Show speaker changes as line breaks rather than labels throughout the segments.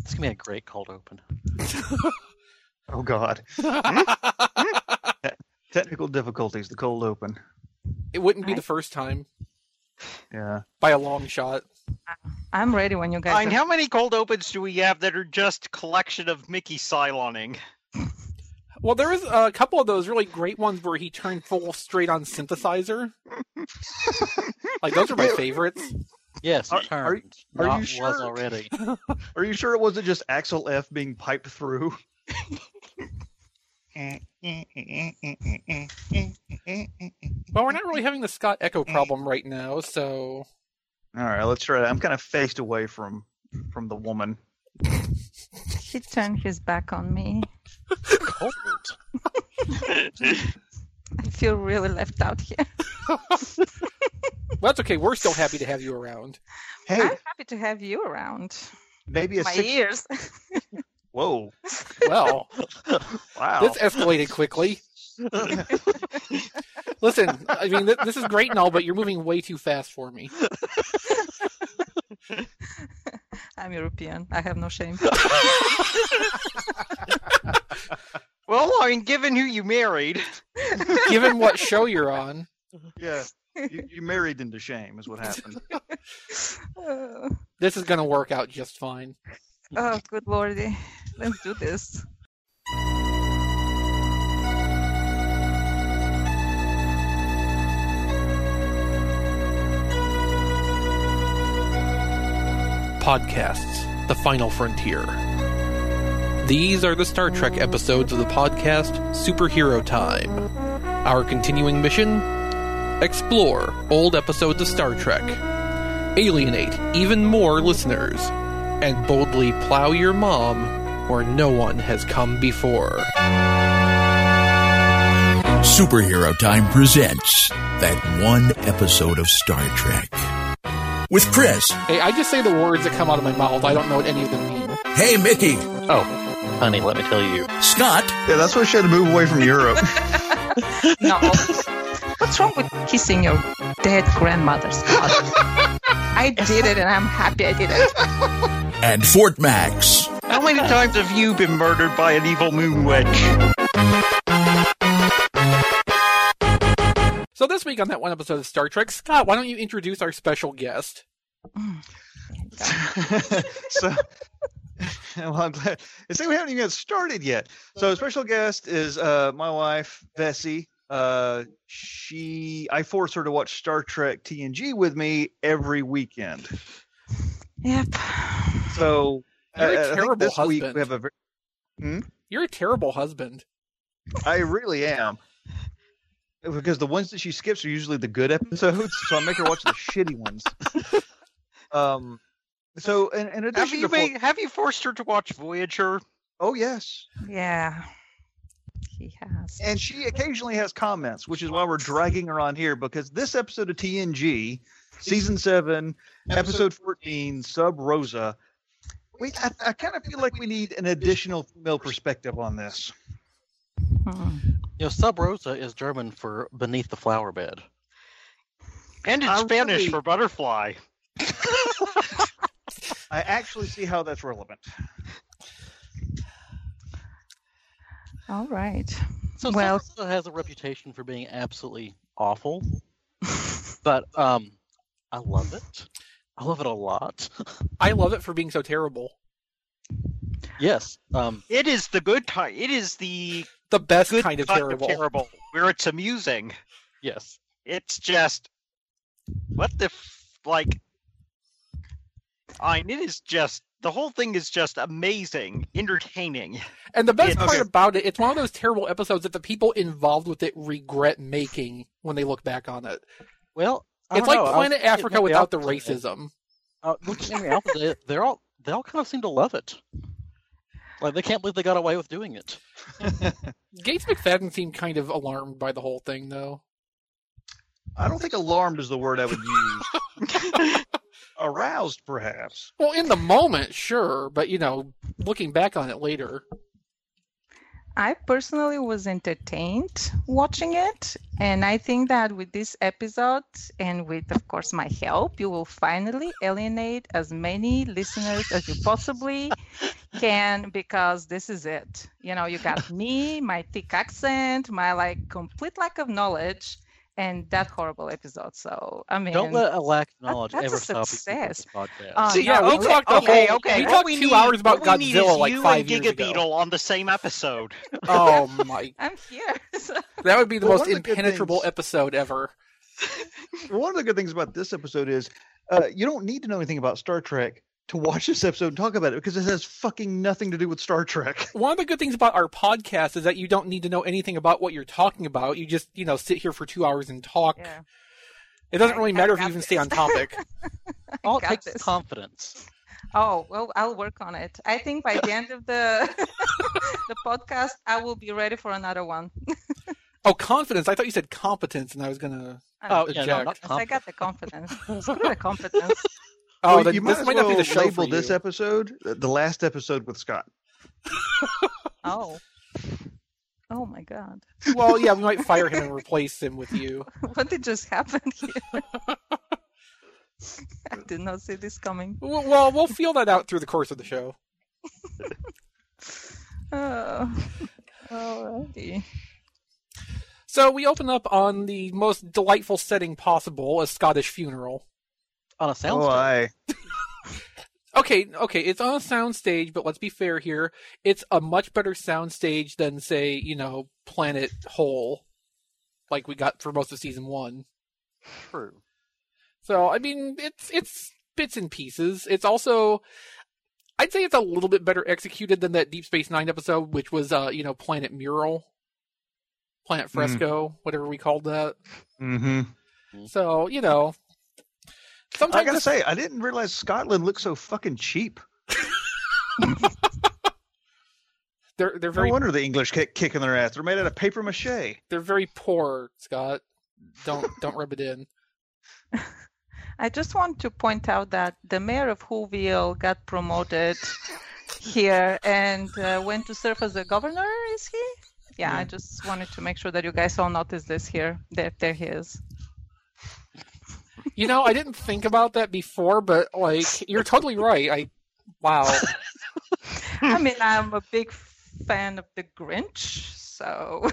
It's gonna be a great cold open.
Oh God. Hmm? Technical difficulties. The cold open.
It wouldn't be
I-
the first time
Yeah.
by a long shot.
I'm ready when you guys.
Fine.
are-
How many cold opens do we have that are just collection of Mickey Cyloning?
Well, there was a couple of those really great ones where he turned full straight on synthesizer. like those are my favorites.
Yes,
Are-
turned.
are you- are you
Not Was
sure?
already.
Are you sure it wasn't just Axel F being piped through?
Well, we're not really having the Scott Echo problem right now, so
All right, let's try. It. I'm kind of faced away from from the woman.
He turned his back on me.
Cold.
I feel really left out here.
well, that's okay. We're still happy to have you around.
Hey,
I'm happy to have you around.
maybe a
My
six.
ears.
Whoa!
Well,
Wow.
this escalated quickly. Listen, I mean, th- this is great and all, but you're moving way too fast for me.
I'm European. I have no shame.
well, I mean, given who you married,
Given what show you're on,
Yeah, you, you married into shame is what happened.
Oh,
this is going to work out just fine.
oh, good lordy. Let's do this.
podcasts, The Final Frontier. These are the Star Trek episodes of the podcast Superhero Time. Our continuing mission? Explore old episodes of Star Trek, alienate even more listeners, and boldly plow your mom where no one has come before.
Superhero Time presents that one episode of Star Trek with Chris.
Hey, I just say the words that come out of my mouth. I don't know what any of them mean.
Hey, Mickey,
Oh, honey, let me tell you.
Scott,
Yeah, that's why she had to move away from Europe.
No. What's wrong with kissing your dead grandmother's butt? I did it and I'm happy I did it.
and Fort Max.
how many times have you been murdered by an evil moon witch?
So, this week on that one episode of Star Trek, Scott, why don't you introduce our special guest?
so, well, I'm glad. See, we haven't even got started yet. So, special guest is uh, my wife, Vessi. Uh, she, I force her to watch Star Trek TNG with me every weekend.
Yep.
So,
You're a
uh, I think
terrible
this week
husband.
we have a. ver-
You're a terrible husband.
I really am. Because the ones that she skips are usually the good episodes, so I make her watch the shitty ones. Um, so in, in addition
Have you
to Fort-
made, have you forced her to watch Voyager?
oh yes,
Yeah. He has.
and she occasionally has comments, which is why we're dragging her on here because this episode of TNG, season seven, episode fourteen, Sub Rosa, we I, I kind of feel like we need an additional female perspective on this.
Hmm.
You know, Sub Rosa is German for beneath the flower bed. And in
I
Spanish
really-
for butterfly.
I actually see how that's relevant.
All right.
So
Well-
well, Rosa has a reputation for being absolutely awful, but um, I love it. I love it a lot.
I love it for being so terrible.
Yes. Um,
It is the good time. It is the
The best
good
kind of
kind
terrible.
of terrible, where it's amusing.
yes.
It's just what the f- like. I mean, it is just the whole thing is just amazing, entertaining.
And the best
Yeah,
part
okay.
about it, it's one of those terrible episodes that the people involved with it regret making when they look back on it.
Well, I
It's
don't
like
know. I was
Planet
looking at
Africa
Henry
without the
Alpha today.
racism.
Uh, look at Henry Alpha. They, they're all they all kind of seem to love it. Like they can't believe they got away with doing it.
Gates McFadden seemed kind of alarmed by the whole thing, though.
I don't think alarmed is the word I would use. Aroused, perhaps.
Well, in the moment, sure, but you know, looking back on it later,
I personally was entertained watching it. And I think that with this episode, and with, of course, my help, you will finally alienate as many listeners as you possibly can because this is it. You know, you got me, my thick accent, my like complete lack of knowledge, and that horrible episode. So I mean,
Don't let a lack of knowledge
that's a
ever stop you from
success.
listening to this podcast.
Uh,
See, yeah,
no,
we
okay,
talked the
okay,
whole-
okay.
We
What
talked
we
two
need-
hours about
what we need is
Godzilla like
you
five
and
years
Giga
ago.
Beetle on the same episode.
Oh my!
I'm here. So-
That would be the
Well,
most
one of the good
impenetrable
things-
episode ever.
Well, one of the good things about this episode is uh, you don't need to know anything about Star Trek to watch this episode and talk about it because it has fucking nothing to do with Star Trek.
One of the good things about our podcast is that you don't need to know anything about what you're talking about. You just you know sit here for two hours and talk.
yeah.
It doesn't
I-
really
I
matter if you
got
even stay
this.
on topic.
All it
got
takes
this.
is confidence.
Oh well, I'll work on it. I think by the end of the the podcast, I will be ready for another one.
oh, confidence! I thought you said competence, and I was gonna.
Oh, yeah, no,
Jack.
not
Yes, I
confidence.
got the confidence. Screw the confidence.
Oh,
Well,
then
you
this
might, as
might not be
well
the show
label
for
this
you.
episode uh, the last episode with Scott.
Oh. Oh my God.
well, yeah, we might fire him and replace him with you.
What did just happen here? I did not see this coming.
W- Well, we'll feel that out through the course of the show.
Oh. Alrighty.
So we open up on the most delightful setting possible, a Scottish funeral.
On a sound
oh, I
Okay, okay, it's on a soundstage, but let's be fair here. It's a much better soundstage than, say, you know, Planet Hole, like we got for most of season one.
true.
So I mean, it's it's bits and pieces. It's also, I'd say, it's a little bit better executed than that Deep Space Nine episode, which was, uh, you know, Planet Mural, Planet Fresco, whatever we called that.
hmm
So you know, sometimes
I gotta say, I didn't realize Scotland looked so fucking cheap.
they're they're very
No wonder the English kick kicking their ass. They're made out of paper mache.
they're very poor, Scott. Don't don't rub it in.
I just want to point out that the mayor of Whoville got promoted here and uh, went to serve as a governor, is he? Yeah, I just wanted to make sure that you guys all noticed this here. There, there he is.
You know, I didn't think about that before, but like you're totally right. I wow.
I mean, I'm a big fan of the Grinch, so.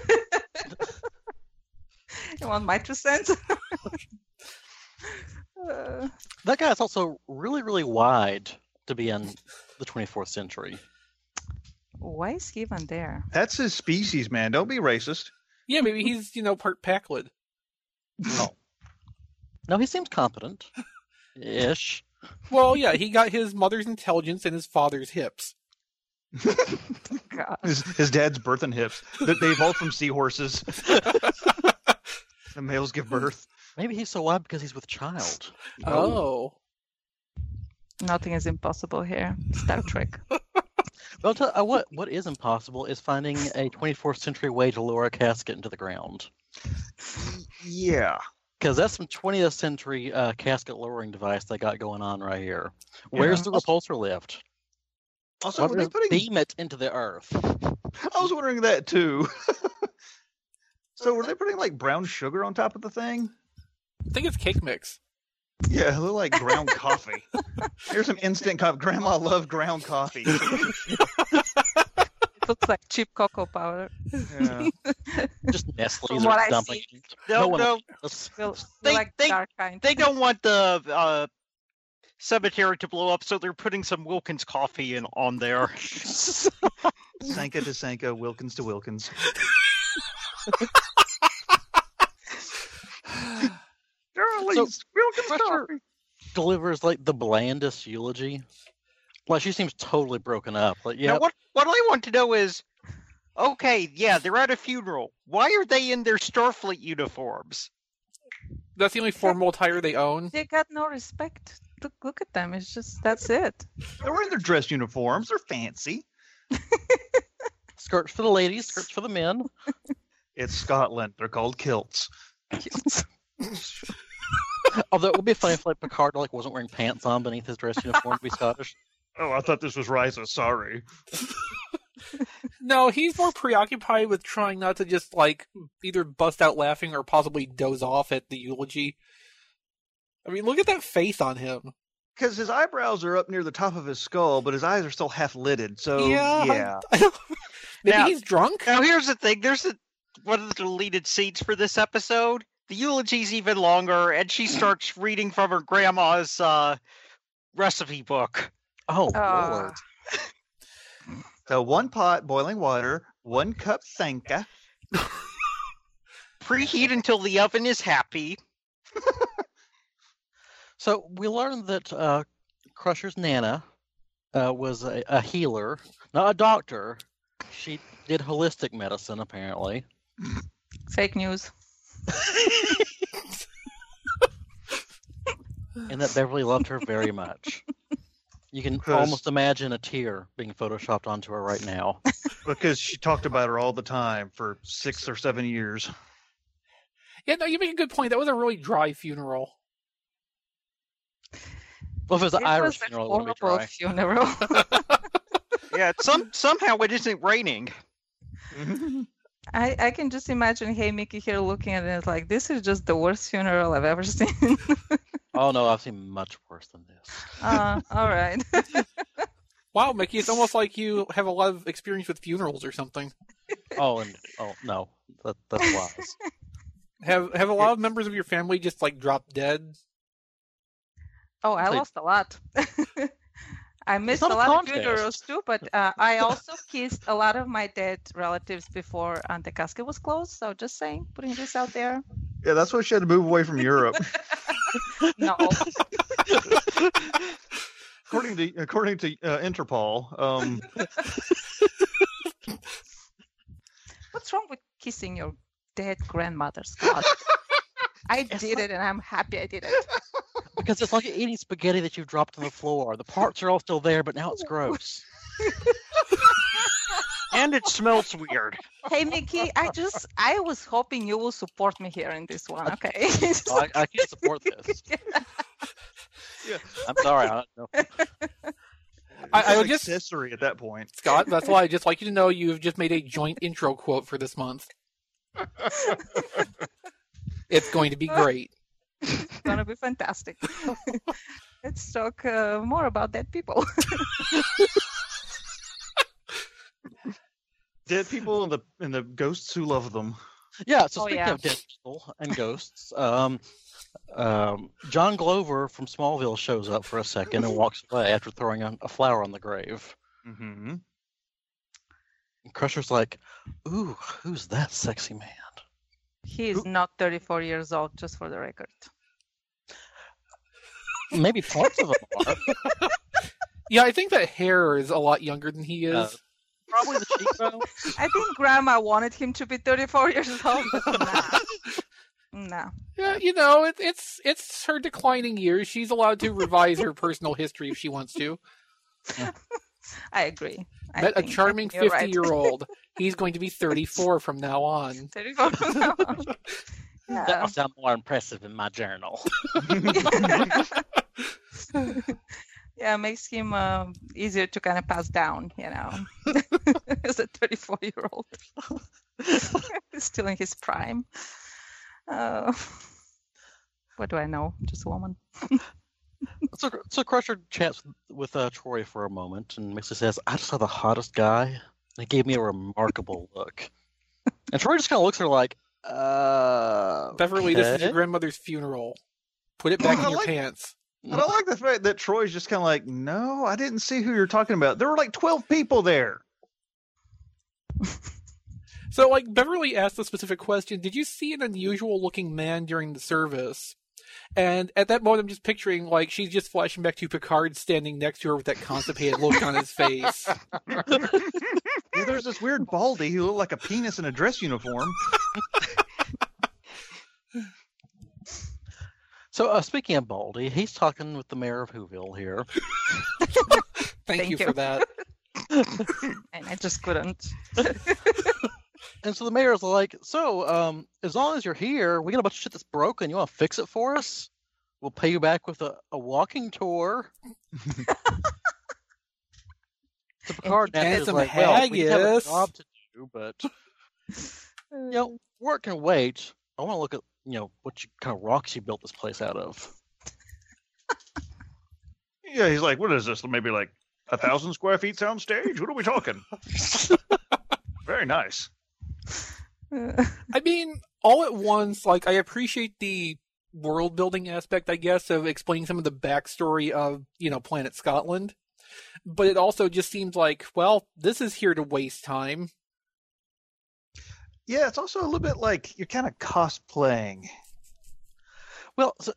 you want my two cents? Uh,
That guy's also really, really wide to be in the 24th century.
why is he even there?
That's his species, man. Don't be racist.
Yeah, maybe he's, you know, part Packlid.
No, he seems competent, ish.
Well, yeah, he got his mother's intelligence and his father's hips.
God.
His, his dad's birth and hips. They- They evolved from seahorses. the males give birth.
Maybe he's so wide because he's with child.
Oh.
Nothing is impossible here. Star Trek.
Well, tell, uh, what what is impossible is finding a 24th century way to lower a casket into the ground,
Yeah.
because that's some 20th century uh, casket lowering device they got going on right here. Where's the repulsor lift?
Also,
Why
were
don't
they
they
putting-
beam it into the earth?
I was wondering that too. so were they putting like brown sugar on top of the thing?
I think it's cake mix.
Yeah, it looked like ground coffee. Here's some instant coffee. Grandma loved ground coffee.
It looks like cheap cocoa powder.
Yeah.
Just Nestle's
From what
are
I
dumping.
see.
it.
No,
one
no.
else.
We'll,
They-
we like
they-
dark kind.
They don't want the uh, cemetery to blow up, so they're putting some Wilkins coffee in on there.
Sanka to Sanka, Wilkins to Wilkins. Darlings, Wilkins
Fresher delivers like the blandest eulogy. Like she seems totally broken up. Like yeah,
Now, what what I want to know is, okay, yeah, they're at a funeral. Why are they in their Starfleet uniforms?
That's the only formal attire they own.
They got no respect. Look, look at them. It's just that's it.
They're wearing their dress uniforms. They're fancy.
skirts for the ladies, skirts for the men.
It's Scotland. They're called kilts.
Although it would be funny if like Picard like wasn't wearing pants on beneath his dress uniform to be Scottish.
Oh, I thought this was Risa. Sorry.
No, he's more preoccupied with trying not to just, like, either bust out laughing or possibly doze off at the eulogy. I mean, look at that face on him.
because his eyebrows are up near the top of his skull, but his eyes are still half lidded. So
Yeah.
yeah,
Maybe
Now-
he's drunk.
Now here's the thing. There's a, one of the deleted scenes for this episode. The eulogy's even longer, and she starts reading from her grandma's uh, recipe book.
Oh,
Ah.
Lord.
so one pot boiling water, one cup thanka.
Preheat until the oven is happy.
So we learned that uh, Crusher's Nana uh, was a, a healer, not a doctor. She did holistic medicine, apparently.
Fake news.
and that Beverly loved her very much. You can
Because-
almost imagine a tear being photoshopped onto her right now.
because she talked about her all the time for six or seven years.
Yeah, no, you make a good point. That was a really dry funeral.
Well, if it's an
It was
Irish
a
funeral, it would be
horrible
dry.
funeral.
Yeah, some somehow it isn't raining.
I, I can just imagine Hey Mickey here looking at it and it's like, this is just the worst funeral I've ever seen.
Oh no, I've seen much worse than this.
uh, all right.
Wow, Mickey, it's almost like you have a lot of experience with funerals or something.
Oh, and oh no, that, that's lies.
Have have a lot of members of your family just like drop dead?
Oh, I
Say-
lost a lot. I missed a
not a
lot of
contest.
funerals too, but uh, I also kissed a lot of my dead relatives before uh, the casket was closed. So just saying, putting this out there.
Yeah, that's why she had to move away from Europe.
No,
according to according to uh, Interpol, um,
what's wrong with kissing your dead grandmother, Scott? I did it, and I'm happy I did it.
because it's like eating spaghetti that you've dropped on the floor. The parts are all still there, but now it's gross.
And it smells weird.
Hey, Mickey, I just I was hoping you will support me here in this one. Okay.
Oh, I, I can't support this.
Yeah.
I'm sorry. I don't know.
I-
it's
I
an
would just-
accessory at that point.
Scott, that's why I'd just like you to know you've just made a joint intro quote for this month. it's going to be great.
it's gonna be fantastic. Let's talk uh, more about dead people.
Dead people and the and the ghosts who love them.
Yeah. So
Oh,
speaking
yeah.
of dead people and ghosts, um, um, John Glover from Smallville shows up for a second and walks away after throwing a, a flower on the grave.
Mm-hmm.
And Crusher's like, "Ooh, who's that sexy man?"
He is not 34 years old, just for the record.
Maybe parts of him are.
Yeah, I think that hair is a lot younger than he is.
Uh, Probably the cheekbone.
I think Grandma wanted him to be 34 years old. But nah. nah.
yeah, you know, it, it's it's her declining years. She's allowed to revise her personal history if she wants to.
I agree. I
Met a
think- I
charming
think you're
fifty
right.
year old. He's going to be thirty four from now on.
34 from now on.
That
Yeah.
will sound more impressive in my journal.
yeah, makes him uh, easier to kind of pass down, you know, as a 34 year old. Still in his prime. Uh, what do I know? Just a woman.
So, so Crusher chats with uh, Troy for a moment, and Mixer says, "I just saw the hottest guy, and he gave me a remarkable look." And Troy just kind of looks at her like, "Uh,
Beverly, this is your
okay."
grandmother's funeral. Put it back
I
in your
like-
pants.
But I like the fact that Troy's just kind of like, no, I didn't see who you're talking about. There were like twelve people there.
So, like, Beverly asked a specific question Did you see an unusual looking man during the service? And at that moment, I'm just picturing, like, she's just flashing back to Picard standing next to her with that constipated look on his face.
Yeah, there's this weird baldy who looked like a penis in a dress uniform.
So uh, speaking of Baldy, he's talking with the mayor of Whoville here.
Thank,
Thank
you,
you.
for that.
And I just couldn't.
And so the mayor's like, "So, um, as long as you're here, we got a bunch of shit that's broken. You want to fix it for us? We'll pay you back with a, a walking tour." so Picard
And
naturally is
some
like, "Well, we have a
haggis."
job to do, but you know, work can wait. I want to look at you know what you, kind of rocks you built this place out of."
Yeah, he's like, what is this? Maybe like a thousand square feet soundstage? What are we talking? Very nice.
Uh,
I mean, all at once, like I appreciate the world building aspect, I guess, of explaining some of the backstory of, you know, Planet Scotland. But it also just seems like, well, this is here to waste time.
Yeah, it's also a little bit like you're kind of cosplaying.
Well, so,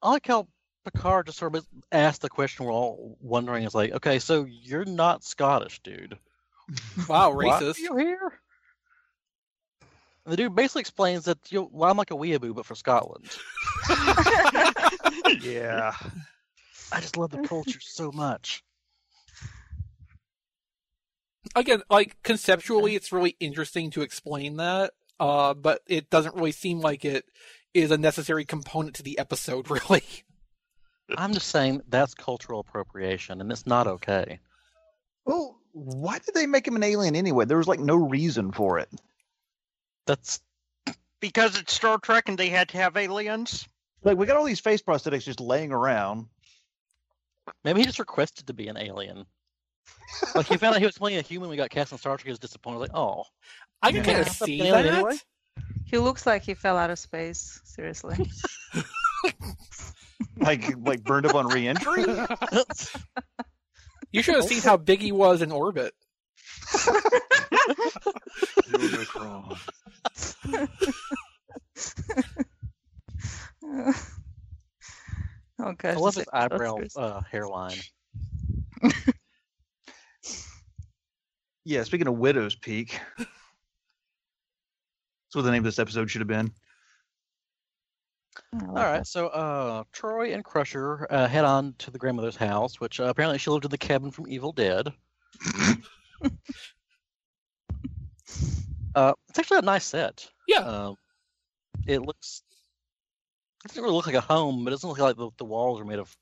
I like how Picard just sort of asked the question we're all wondering. It's like, okay, so you're not Scottish, dude.
Wow,
Why are
racist.
you here? And the dude basically explains that you know, well, I'm like a weeaboo, but for Scotland.
Yeah.
I just love the culture so much.
Again, like conceptually it's really interesting to explain that. Uh, but it doesn't really seem like it is a necessary component to the episode, really.
I'm just saying that's cultural appropriation, and it's not okay.
Well, why did they make him an alien anyway? There was like no reason for it.
That's
because it's Star Trek and they had to have aliens.
Like we got all these face prosthetics just laying around.
maybe he just requested to be an alien. Like he found out he was playing a human. We got cast on Star Trek. He was disappointed. Like, oh,
I can
Yeah.
kind
Yeah.
of see
Alien
that.
anyway?
he looks like he fell out of space. Seriously.
Like like burned up on re-entry.
You should have seen how big he was in orbit.
oh gosh.
I love
this
his eyebrow
episode's-
uh, hairline.
yeah, speaking of Widow's Peak. That's what the name of this episode should have been.
I like
All right, so uh, Troy and Crusher uh, head on to the grandmother's house, which uh, apparently she lived in the cabin from Evil Dead. uh, it's actually a nice set.
Yeah.
Um, it looks. It doesn't really look like a home, but it doesn't look like the, the walls are made of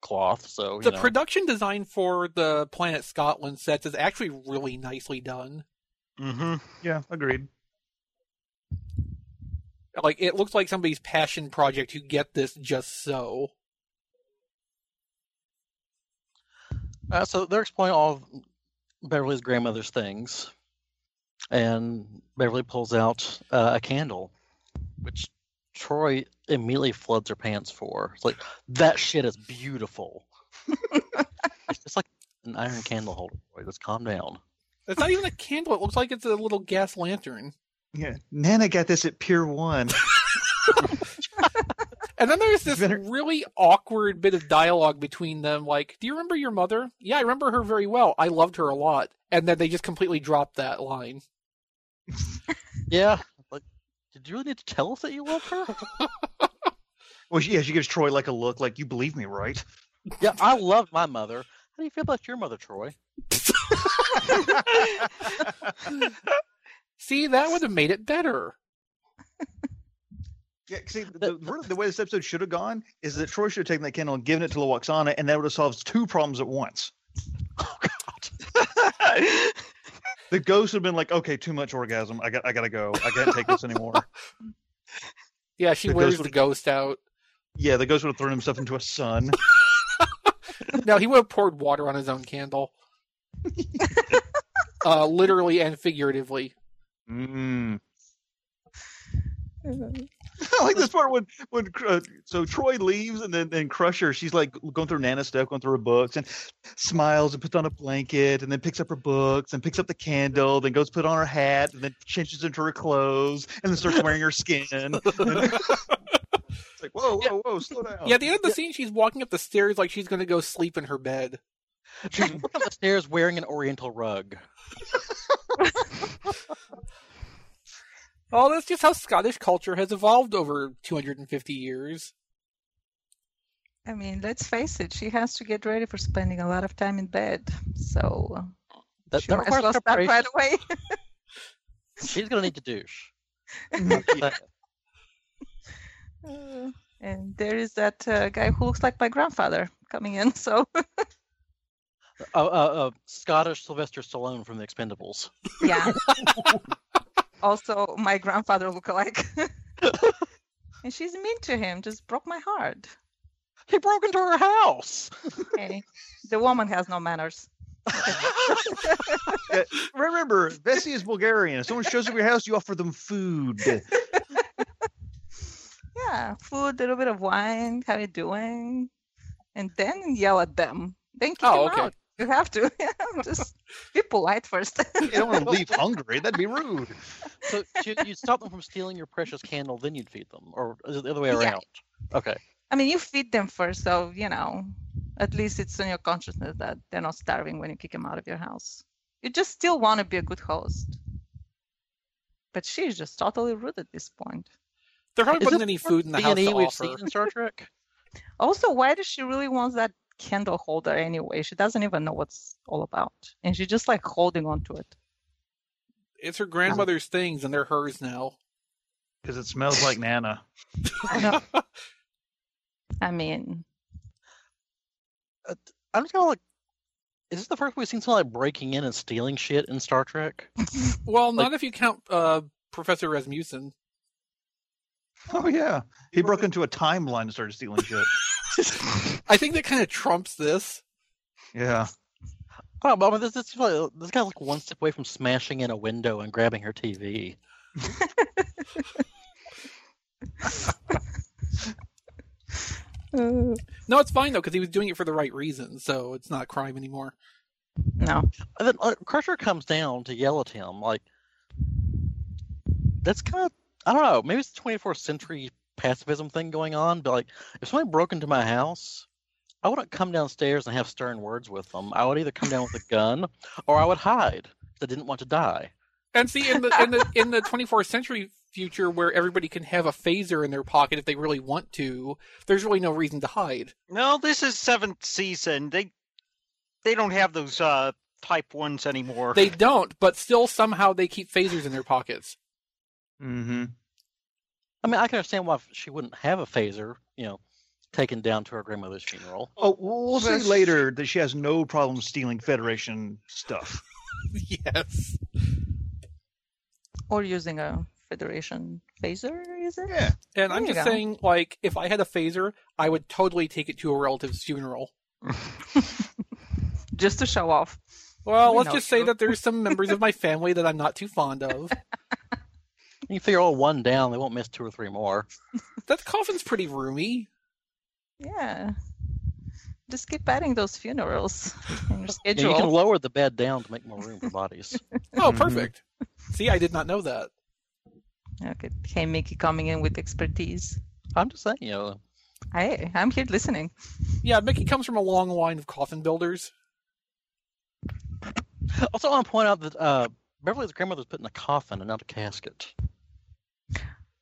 cloth. So you
The
know.
production design for the Planet Scotland sets is actually really nicely done.
Mm-hmm.
Yeah, agreed.
Like it looks like somebody's passion project to get this just so.
Uh, so they're exploiting all of Beverly's grandmother's things, and Beverly pulls out uh, a candle, which Troy immediately floods her pants for. It's like that shit is beautiful. it's just like an iron candle holder. Troy, just calm down.
It's not even a candle. It looks like it's a little gas lantern.
Yeah. Nana got this at Pier One.
And then there's this
Better-
really awkward bit of dialogue between them. Like, do you remember your mother? Yeah, I remember her very well. I loved her a lot. And then they just completely dropped that line.
Yeah, like did you really need to tell us that you love her?
Well, she, yeah, she gives Troy like a look, like you believe me, right?
yeah, I love my mother. How do you feel about your mother, Troy?
See, that would have made it better.
Yeah, see, the, really the way this episode should have gone is that Troy should have taken that candle and given it to Lawaxana, and that would have solved two problems at once. Oh, The ghost would have been like, "Okay, too much orgasm. I got, I gotta go. I can't take this anymore."
Yeah, she
The
wears
ghost
the
would-
ghost out.
yeah, the ghost would have thrown himself into a sun.
No, he would have poured water on his own candle. uh, literally and figuratively.
Mm.
it.
I like this part when, when uh, so Troy leaves, and then and Crusher, she's like going through Nana's stuff, going through her books, and smiles and puts on a blanket, and then picks up her books, and picks up the candle, then goes put on her hat, and then changes into her clothes, and then starts wearing her skin. it's like, whoa, whoa, whoa, slow down.
Oh.
Yeah, at the end of the scene, she's walking up the stairs like she's going to go sleep in her bed.
She's walking up the stairs wearing an oriental rug.
Oh, that's just how Scottish culture has evolved over 250 years.
I mean, let's face it, she has to get ready for spending a lot of time in bed. So uh,
That,
she
that
might as
requires
well start
preparation.
right away.
She's gonna need to douche.
Uh, and there is that uh, guy who looks like my grandfather coming in. So
Oh, uh, uh, Scottish Sylvester Stallone from The Expendables.
yeah. also, my grandfather look alike. and she's mean to him. Just broke my heart.
He broke into her house.
Okay. The woman has no manners.
Yeah, Remember, Bessie is Bulgarian. If someone shows up at your house, you offer them food.
Yeah, food, a little bit of wine. How you doing? And then yell at them. Then kick
Oh,
them
okay.
out. You have to. Just be polite first.
You don't want to leave hungry. That'd be rude.
So you, you stop them from stealing your precious candle, then you'd feed them, or is it the other way
Yeah.
around? Okay.
I mean, you feed them first, so you know, at least it's in your consciousness that they're not starving when you kick them out of your house. You just still want to be a good host. But she's just totally rude at this point.
There hardly
Is
wasn't
it
any
the
food in the house
B&E
to
we've
offer.
seen in Star Trek.
Also, why does she really want that candle holder anyway? She doesn't even know what's all about, and she's just like holding on to it.
It's her grandmother's things, and they're hers now.
Because it smells like Nana.
I know. I mean,
I'm just kind of like, is this the first we've seen someone like breaking in and stealing shit in Star Trek?
Well,
Like-
not if you count uh, Professor Rasmussen.
Oh, yeah. He broke into a timeline and started stealing shit.
I think that kind of trumps this.
Yeah.
I don't know, I mean, this this, like, this guy's like one step away from smashing in a window and grabbing her TV.
uh,
No, it's fine though because he was doing it for the right reason, so it's not a crime anymore.
no.
And then like, Crusher comes down to yell at him. Like, that's kind of I don't know. Maybe it's the 24th century pacifism thing going on. But like, if somebody broke into my house, I wouldn't come downstairs and have stern words with them. I would either come down with a gun or I would hide. 'cause I didn't want to die.
And see, in the in the in the 24th century future where everybody can have a phaser in their pocket if they really want to, there's really no reason to hide.
No, this is seventh season. They they don't have those uh type ones anymore.
They don't, but still somehow they keep phasers in their pockets.
Mm-hmm.
I mean, I can understand why she wouldn't have a phaser. You know, taken down to her grandmother's funeral.
Oh, we'll
So
see
she-
later that she has no problem stealing Federation stuff.
yes.
Or using a Federation phaser, is it?
Yeah.
And I'm
There you
just
go.
saying, like, if I had a phaser, I would totally take it to a relative's funeral.
Just to show off.
Well,
We
let's
know
just say
you.
that there's some members of my family that I'm not too fond of.
And you figure, oh, one down, they won't miss two or three more.
That coffin's pretty roomy.
Yeah. Just keep adding those funerals in your
And you can
schedule.
lower the bed down to make more room for bodies.
Oh,
Mhm.
Mm-hmm.
perfect. See, I did not know that.
Okay. Hey, Mickey coming in with expertise.
I'm just saying, you know,
Hey, I'm here listening.
Yeah, Mickey comes from a long line of coffin builders.
Also, I want to point out that uh, Beverly's grandmother was put in a coffin and not a casket.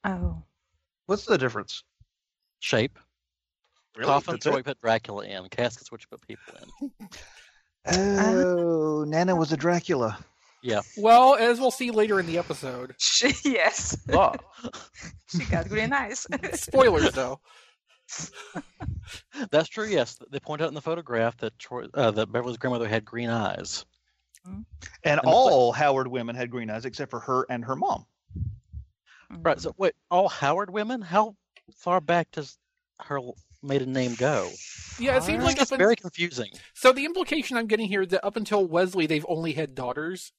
Oh,
What's the difference?
Shape.
Really?
Coffins
That's
where
it?
we put Dracula in. Caskets which put people in. Uh.
Oh, Nana was a Dracula.
Well, as we'll see later in the episode.
she, yes,
Ah.
Oh,
she got green eyes.
Spoilers, though.
that's true. Yes, they point out in the photograph that Troy, uh, that Beverly's grandmother had green eyes.
And
And the-
all Howard women had green eyes except for her and her mom.
Right. So wait, all Howard women? How far back does her l- maiden name go?
Yeah, it seems
It's
like up
just
un-
very confusing.
so. The implication I'm getting here is that up until Wesley, they've only had daughters.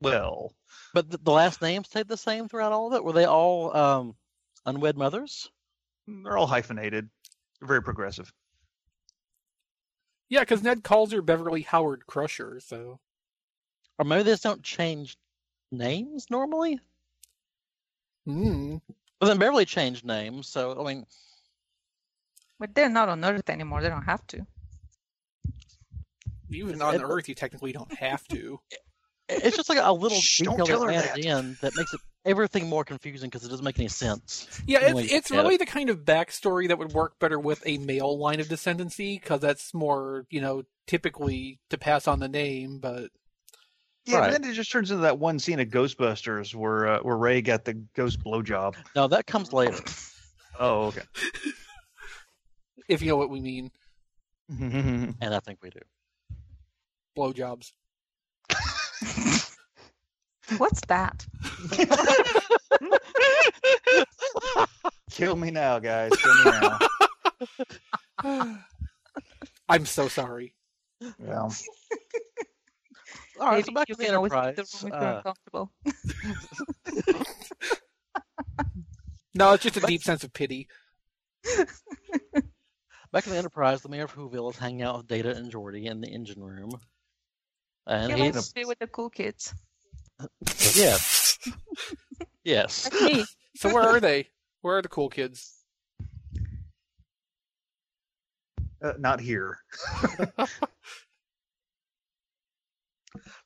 Well,
But the, the last names stayed the same throughout all of it. Were they all um, unwed mothers?
they're all hyphenated. They're very progressive.
Yeah, because Ned calls her Beverly Howard Crusher. So
Or maybe they just don't change names normally?
mm.
Well, then Beverly changed names, so I mean,
But they're not on Earth anymore. They don't have to.
even on Earth, you technically don't have to.
It's just like a little
Shh, don't
detail
tell her
that added
that.
in that makes it everything more confusing because it doesn't make any sense.
Yeah,
Wait,
it's, it's
yeah.
really the kind of backstory that would work better with a male line of descendancy because that's more, you know, typically to pass on the name. But
Yeah,
Right.
but then it just turns into that one scene of Ghostbusters where uh, where Ray got the ghost blowjob.
No, that comes later.
Oh, okay.
if you know what we mean,
Mhm.
And I think we do.
blowjobs.
What's that?
Kill me now, guys. Kill me now.
I'm so sorry.
Yeah.
All right, so
Maybe
back
you
to the
can always leave
Enterprise.
the room if
uh,
you're uncomfortable.
No, it's just a deep sense of pity.
back in the Enterprise, the mayor of Whoville is hanging out with Data and Geordi in the engine room. And
He likes
he's-
to be with the cool kids.
yes. yes.
Like me.
So where are they? Where are the cool kids?
Uh, not here.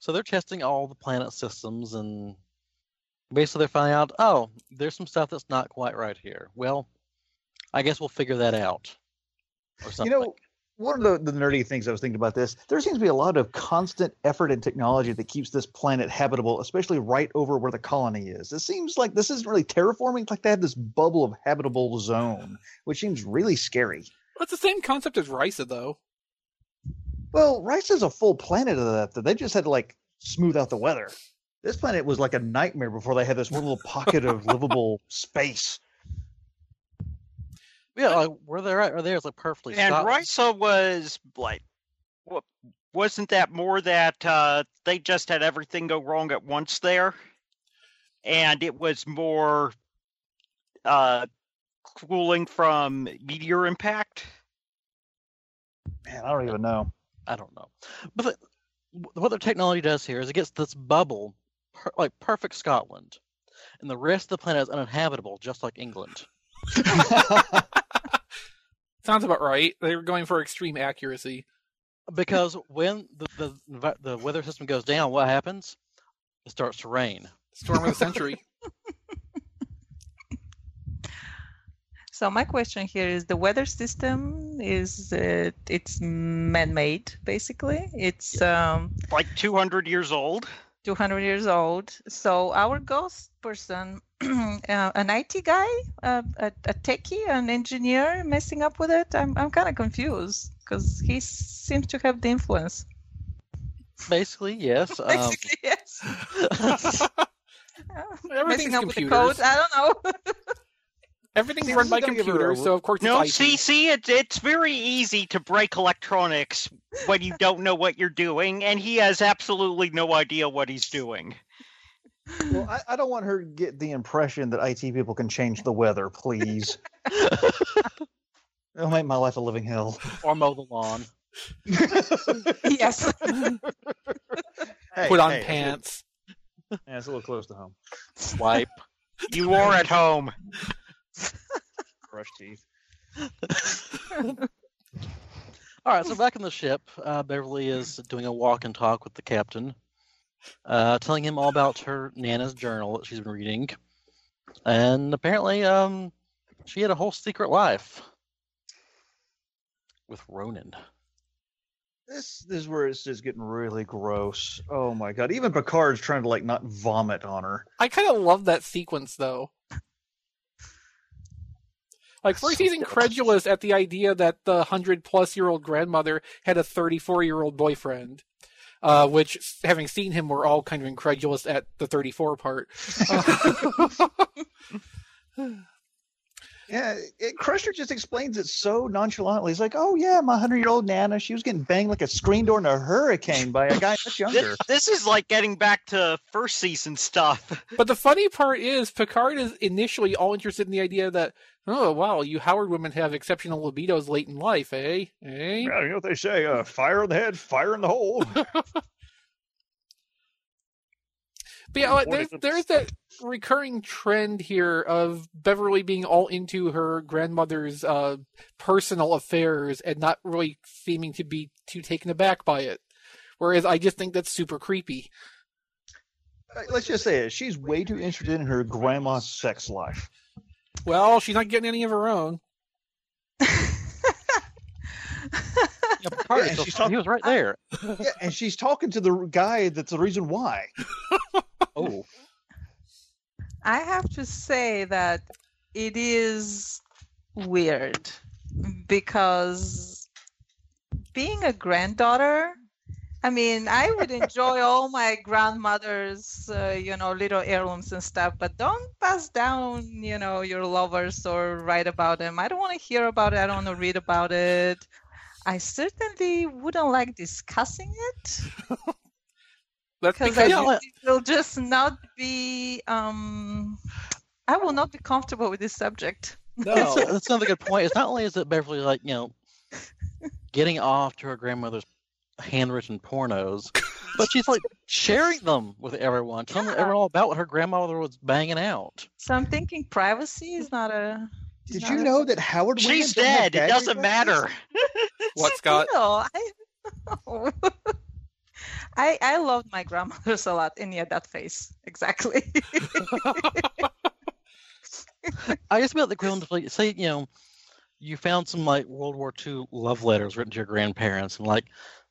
So they're testing all the planet systems and basically they're finding out, oh, there's some stuff that's not quite right here. Well, I guess we'll figure that out. Or something.
You know, one of the, the nerdy things I was thinking about this, there seems to be a lot of constant effort and technology that keeps this planet habitable, especially right over where the colony is. It seems like this isn't really terraforming. It's like they have this bubble of habitable zone, which seems really scary.
Well, it's the same concept as Risa, though.
Well, Rice is a full planet of that. that They just had to like smooth out the weather. This planet was like a nightmare before they had this one little pocket of livable space.
yeah, like, where they're at, or there is like perfectly
And
stocked.
Risa was like, wa- wasn't that more that uh, they just had everything go wrong at once there, and it was more uh, cooling from meteor impact.
Man, I don't even know.
I don't know. But the, wh- what their technology does here is it gets this bubble, per, like perfect Scotland, and the rest of the planet is uninhabitable, just like England.
Sounds about right. They were going for extreme accuracy.
Because when the, the envi- the weather system goes down, what happens? It starts to rain.
Storm of the century.
So my question here is: the weather system is uh, it's man-made, basically. It's um,
Like 200 years old.
200 years old. So our ghost person, uh, an IT guy, uh, a, a techie, an engineer, messing up with it. I'm I'm kind of confused because he seems to have the influence.
Basically, yes. Um,
Basically, yes.
Everything's
messing up with
computers.
the code. I don't know.
Everything's
See,
run
this
by
is gonna give her a
computers,
ru-
so of course
No,
it's
see,
IT.
see, it, it's very easy to break electronics when you don't know what you're doing, and he has absolutely no idea what he's doing.
well, I, I don't want her to get the impression that IT people can change the weather, please. It'll make my life a living hell.
or mow the lawn.
yes.
Put on pants.
Yeah, it's a little close to home.
Swipe.
You are at home.
Brush teeth.
All right, so back in the ship, uh, Beverly is doing a walk and talk with the captain, uh, telling him all about her Nana's journal that she's been reading, and apparently, um, she had a whole secret life with Ronan.
This, this is where it's just getting really gross. Oh my god! Even Picard's trying to like not vomit on her.
I kind of love that sequence, though. Like, first he's incredulous at the idea that the 100 plus year old grandmother had a 34 year old boyfriend, uh, which, s- having seen him, we're all kind of incredulous at the 34 part.
Yeah, it, Crusher just explains it so nonchalantly. He's like, "Oh yeah, my hundred-year-old nana, she was getting banged like a screen door in a hurricane by a guy much younger."
This, this is like getting back to first season stuff.
But the funny part is, Picard is initially all interested in the idea that, oh, wow, you Howard women have exceptional libidos late in life, eh? Eh?
Yeah, you know what they say: uh, fire in the head, fire in the hole.
But yeah, like,
What
there's,
is it?
there's that recurring trend here of Beverly being all into her grandmother's uh, personal affairs and not really seeming to be too taken aback by it. Whereas I just think that's super creepy.
Let's just say it: she's way too interested in her grandma's sex life.
Well, she's not getting any of her own.
Yeah, Picard
Yeah,
is
she's
still- he was right there.
Yeah, and she's talking to the guy that's the reason why.
Oh,
I have to say that it is weird because being a granddaughter I mean, I would enjoy all my grandmother's, uh, you know, little heirlooms and stuff, but don't pass down, you know, your lovers or write about them. I don't want to hear about it. I don't want to read about it. I certainly wouldn't like discussing it
That's
because
because,
I
Yeah,
ju-
well-
it will just not be. Um, I will not be comfortable with this subject.
That's, that's another good point. It's not only is it Beverly like you know getting off to her grandmother's handwritten pornos, but she's like sharing them with everyone, telling
Yeah.
everyone all about what her grandmother was banging out.
So I'm thinking privacy is not a. is
Did
not
you
a-
know that Howard?
She's
Williams didn't have
dead. It
gag
doesn't
reflexes?
matter.
what Scott?
Still, I, don't know. I I loved my grandmother's a lot, and yeah, that face exactly.
I guess about the equivalent of like say you know you found some like World War II love letters written to your grandparents and like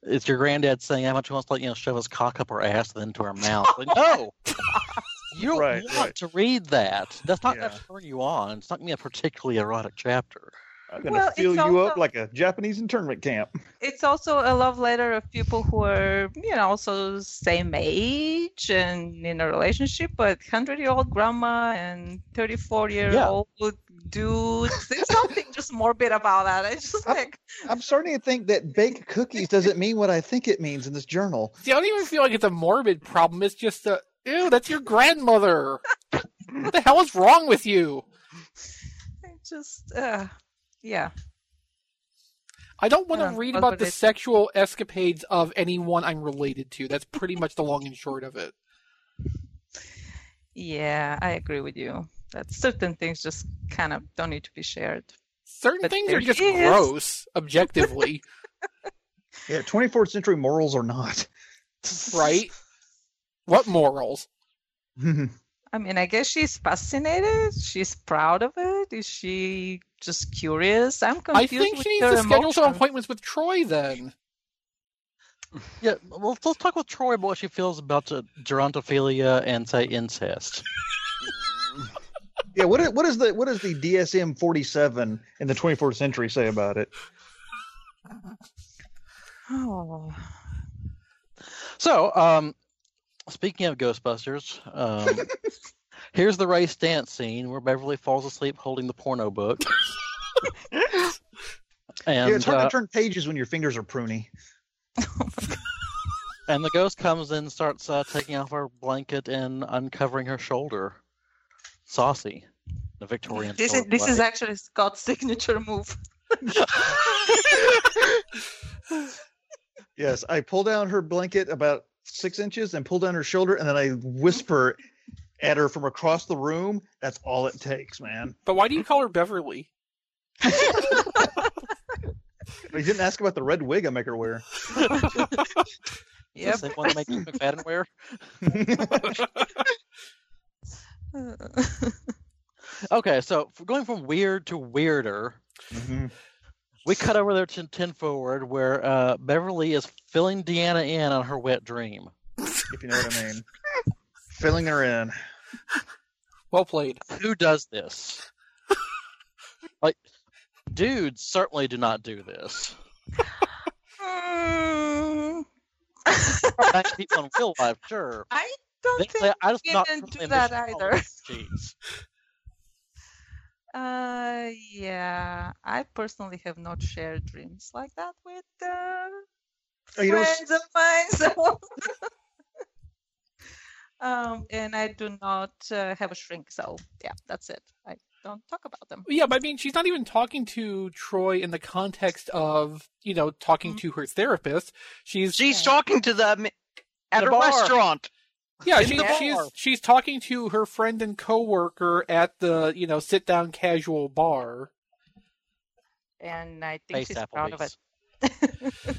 it's your granddad saying how much he wants to like you know shove his cock up her ass and then to her mouth. Like no. You don't
Right,
want
right.
to read that. That's not going
Yeah.
to turn you on. It's not going to be a particularly erotic chapter.
I'm gonna
Well,
fill
it's
you up
also-
like a Japanese internment camp.
it's also a love letter of people who are you know also same age and in a relationship, but hundred year old grandma and thirty four year old dude. There's something just morbid about that. I just
I'm-
like
I'm starting to think that baked cookies doesn't mean what I think it means in this journal.
See, I don't even feel like it's a morbid problem. It's just a ew. That's your grandmother. what the hell is wrong with you?
I just uh, yeah.
I don't want to
Yeah,
read
that's
about
what
the
it-
sexual escapades of anyone I'm related to. That's pretty much the long and short of it.
Yeah, I agree with you. That certain things just kind of don't need to be shared.
Certain
But
things
there
are just
she is.
gross, objectively,
Yeah, 24th century morals or not.
right? What morals?
I mean, I guess she's fascinated. She's proud of it. Is she just curious? I'm confused.
I think
with
Oh, she needs
her
to schedule some
emotions.
appointments with Troy then.
Yeah, well, let's- let's talk with Troy about what she feels about uh, gerontophilia and say incest.
yeah, what is, what is the what does the DSM 47 in the 24th century say about it?
Oh,
So, um, speaking of Ghostbusters, um, here's the race dance scene where Beverly falls asleep holding the porno book.
Yeah,
and
it's hard
uh,
to turn pages when your fingers are pruny.
and the ghost comes in and starts uh, taking off her blanket and uncovering her shoulder. Saucy. The Victorian.
this is
sort of
this is
way.
actually Scott's signature move.
Yes, I pull down her blanket about six inches and pull down her shoulder, and then I whisper at her from across the room. That's all it takes, man.
But why do you call her Beverly?
You didn't ask about the red wig I make her wear.
Is
Yep.
this the one that makes McFadden wear? Okay, so f- going from weird to weirder,
Mhm.
we cut over there to Ten Forward, where uh, Beverly is filling Deanna in on her wet dream.
If you know what I mean. Filling her in.
Well played.
Who does this? like, dudes certainly do not do this.
Mm,
Not people in real life, sure.
don't
They-
think
they- I just
we
not
didn't
really
do that
understand
either.
all these cheats.
Uh, yeah, I personally have not shared dreams like that with uh,
Oh, you know what's-
friends of mine. So. um, and I do not uh, have a shrink, so yeah, that's it. I don't talk about them.
Yeah, but I mean, she's not even talking to Troy in the context of, you know, talking to her therapist. Mm-hmm. She's
She's talking to them at
The
a
bar.
restaurant.
Yeah,
In
she,
the
she's
bar.
she's talking to her friend and coworker at the you know sit down casual bar.
And I
Face
think she's proud of it.
Applebee's.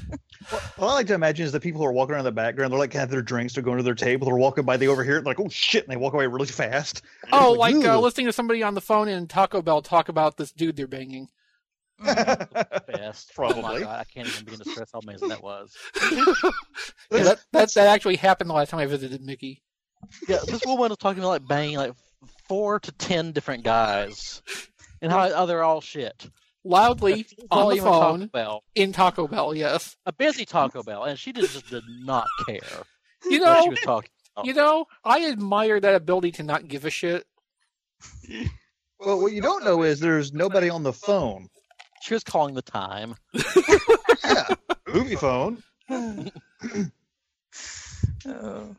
What I like to imagine is the people who are walking around in the background, they're like have their drinks, they're going to their table, they're walking by, they overhear it, like, oh shit, and they walk away really fast.
Oh, like uh,
Ooh.
listening to somebody on the phone in Taco Bell talk about this dude they're banging.
Mm-hmm.
Best. Oh my
Probably.
God, I can't even begin to stress how amazing that was.
Yeah, that, that that actually happened the last time I visited Mickey.
Yeah, this woman was talking about like banging like four to ten different guys, and how, how they're all shit.
loudly on the
Volume of Taco
phone
Bell.
in Taco Bell. Yes,
A busy Taco Bell, and she just, just did not care what she
you know,
was talking. about.
you know, I admire that ability to not give a shit.
Well, what you don't know is there's nobody on the phone.
she was calling the time.
Yeah, movie phone.
Oh.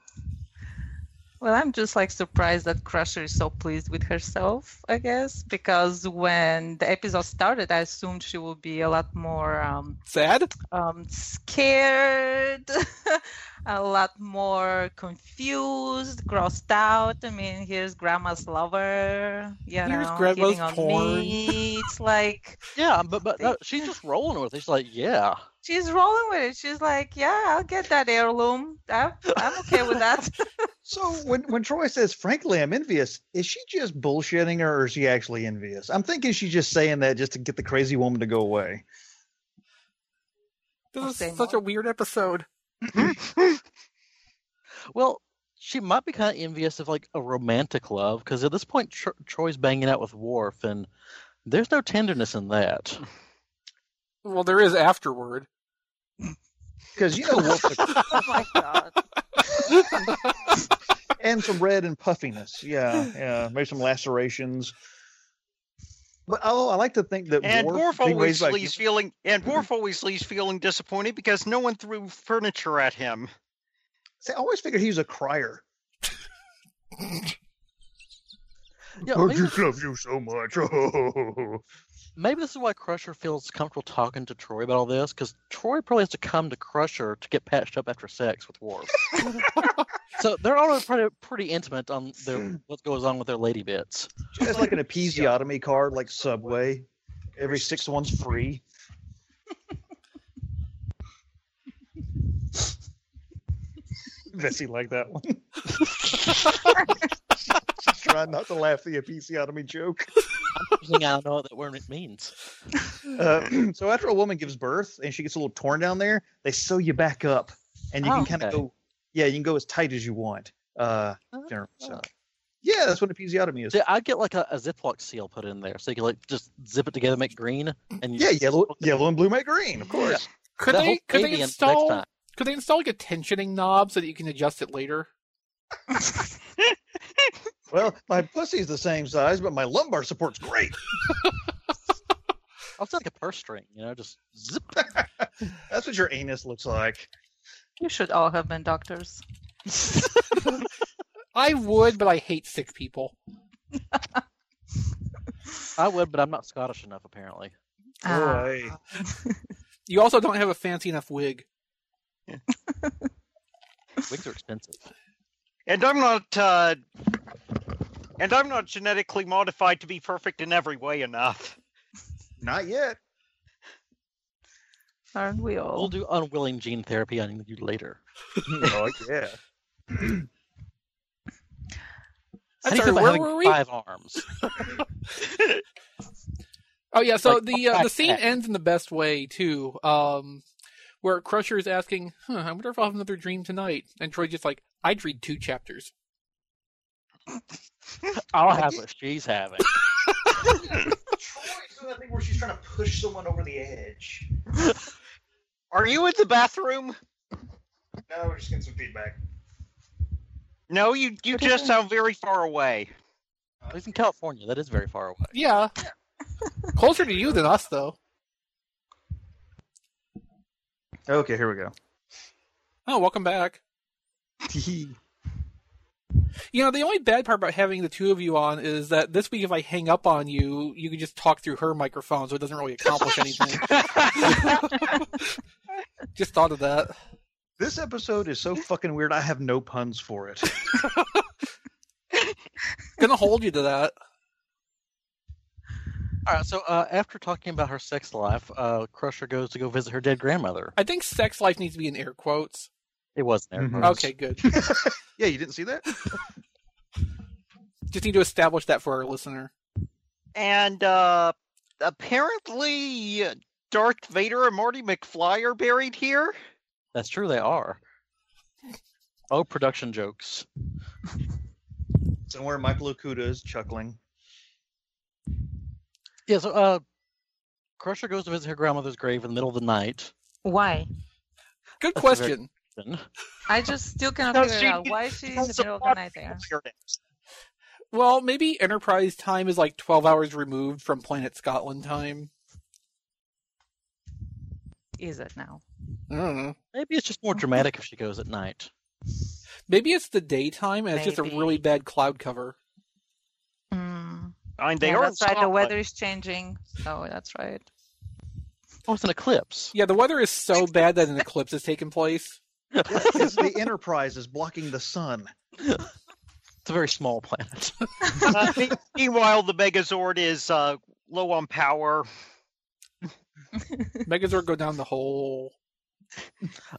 Well, I'm just like surprised that Crusher is so pleased with herself, I guess, because when the episode started, I assumed she would be a lot more um,
Sad.
um, scared, a lot more confused, grossed out. I mean, here's grandma's lover, you
Here's
know,
grandma's
hitting on
porn.
me. It's like
Yeah, but but no, she's just rolling with it. She's like, yeah,
she's rolling with it. She's like, yeah, I'll get that heirloom. I'm, I'm okay with that.
So when, when Troy says, frankly, I'm envious, is she just bullshitting her or is she actually envious? I'm thinking she's just saying that just to get the crazy woman to go away.
This
I'll
is
say
such
more.
a weird episode.
Well, she might be kind of envious of like a romantic love because at this point, Tr- Troy's banging out with Worf, and there's no tenderness in that.
Well, there is afterward.
Because you know Wolf's a-
oh my god.
and some red and puffiness. Yeah, yeah, maybe some lacerations. But oh, I like to think that
And
Worf
Worf
being raised
always
by
leaves feeling and Worf always leaves feeling disappointed because no one threw furniture at him.
See, I always figured he was a crier.
Yeah,
I
maybe,
just
this,
love you so much. Oh.
maybe this is why Crusher feels comfortable talking to Troy about all this because Troy probably has to come to Crusher to get patched up after sex with Worf. so they're already pretty, pretty intimate on their what goes on with their lady bits.
It's like an episiotomy card, like Subway. Every sixth one's free. Bessie liked that one. She's trying not to laugh at the episiotomy joke.
I don't know what that word means.
Uh, so after a woman gives birth and she gets a little torn down there, they sew you back up, and you
Oh,
can kind of
okay.
go, yeah, you can go as tight as you want. Uh, generally, so.
Oh.
yeah, that's what episiotomy is.
See, I'd get like a, a Ziploc seal put in there so you can like just zip it together, make green, and you-
Yeah, yellow, yellow and blue make green, of course.
Could
that
they?
whole
Could
baby
they
in- next
install?
time.
Could they install like a tensioning knob so that you can adjust it later?
Well, my pussy's the same size, but my lumbar support's great.
I'll like a purse string, you know, just zip.
That's what your anus looks like.
You should all have been doctors.
I would, but I hate sick people.
I would, but I'm not Scottish enough, apparently.
Ah.
Boy.
You also don't have a fancy enough wig.
Wigs are expensive.
And I'm not uh and I'm not genetically modified to be perfect in every way enough.
Not yet.
Aren't we all?
We'll do unwilling gene therapy on you later.
oh yeah.
I'm
How do you
sorry,
feel about
where
having
were we?
Five arms.
Oh yeah, so
Like,
the uh,
back
the scene
pack.
ends in the best way too, um, where Crusher is asking, huh, "I wonder if I'll have another dream tonight," and Troy's just like, "I'd read two chapters."
I'll have what she's having.
Troy's doing that thing where she's trying to push someone over the edge.
Are you in the bathroom?
No, we're just getting some feedback.
No, you you just sound very far away.
At least in California, that is very far away.
Yeah, closer to you than us though.
Okay, here we go.
Oh, welcome back. You know, the only bad part about having the two of you on is that this week, if I hang up on you, you can just talk through her microphone, so it doesn't really accomplish anything. just thought of that.
This episode is so fucking weird. I have no puns for it.
Gonna hold you to that.
All right, so uh, after talking about her sex life, uh, Crusher goes to go visit her dead grandmother.
I think sex life needs to be in air quotes.
It wasn't there.
Mhm.
Carlos.
Okay, good.
yeah, you didn't see that?
Just need to establish that for our listener.
and uh apparently uh, Darth Vader and Marty McFly are buried here.
That's true, they are. Oh, production jokes.
Somewhere Michael Okuda is chuckling.
Yeah, so uh, Crusher goes to visit her grandmother's grave in the middle of the night.
Why?
Good
That's a very-
question.
Then
I just still cannot
No,
figure
she-
it out. Why is she in the middle of the night there?
Well, maybe Enterprise time is like 12 hours removed from Planet Scotland time.
Is it now?
I don't know.
maybe it's just more dramatic if she goes at night.
Maybe it's the daytime and it's just a
Maybe.
really bad cloud cover.
Mm.
I mean, they
yeah,
are. in
that's right. The
Scotland.
weather is changing. So that's right.
Oh, it's an eclipse.
Yeah, the weather is so bad that an eclipse has taken place.
Because the Enterprise is blocking the sun.
It's a very small planet.
Uh, me- meanwhile, the Megazord is uh, low on power.
Megazord go down the hole.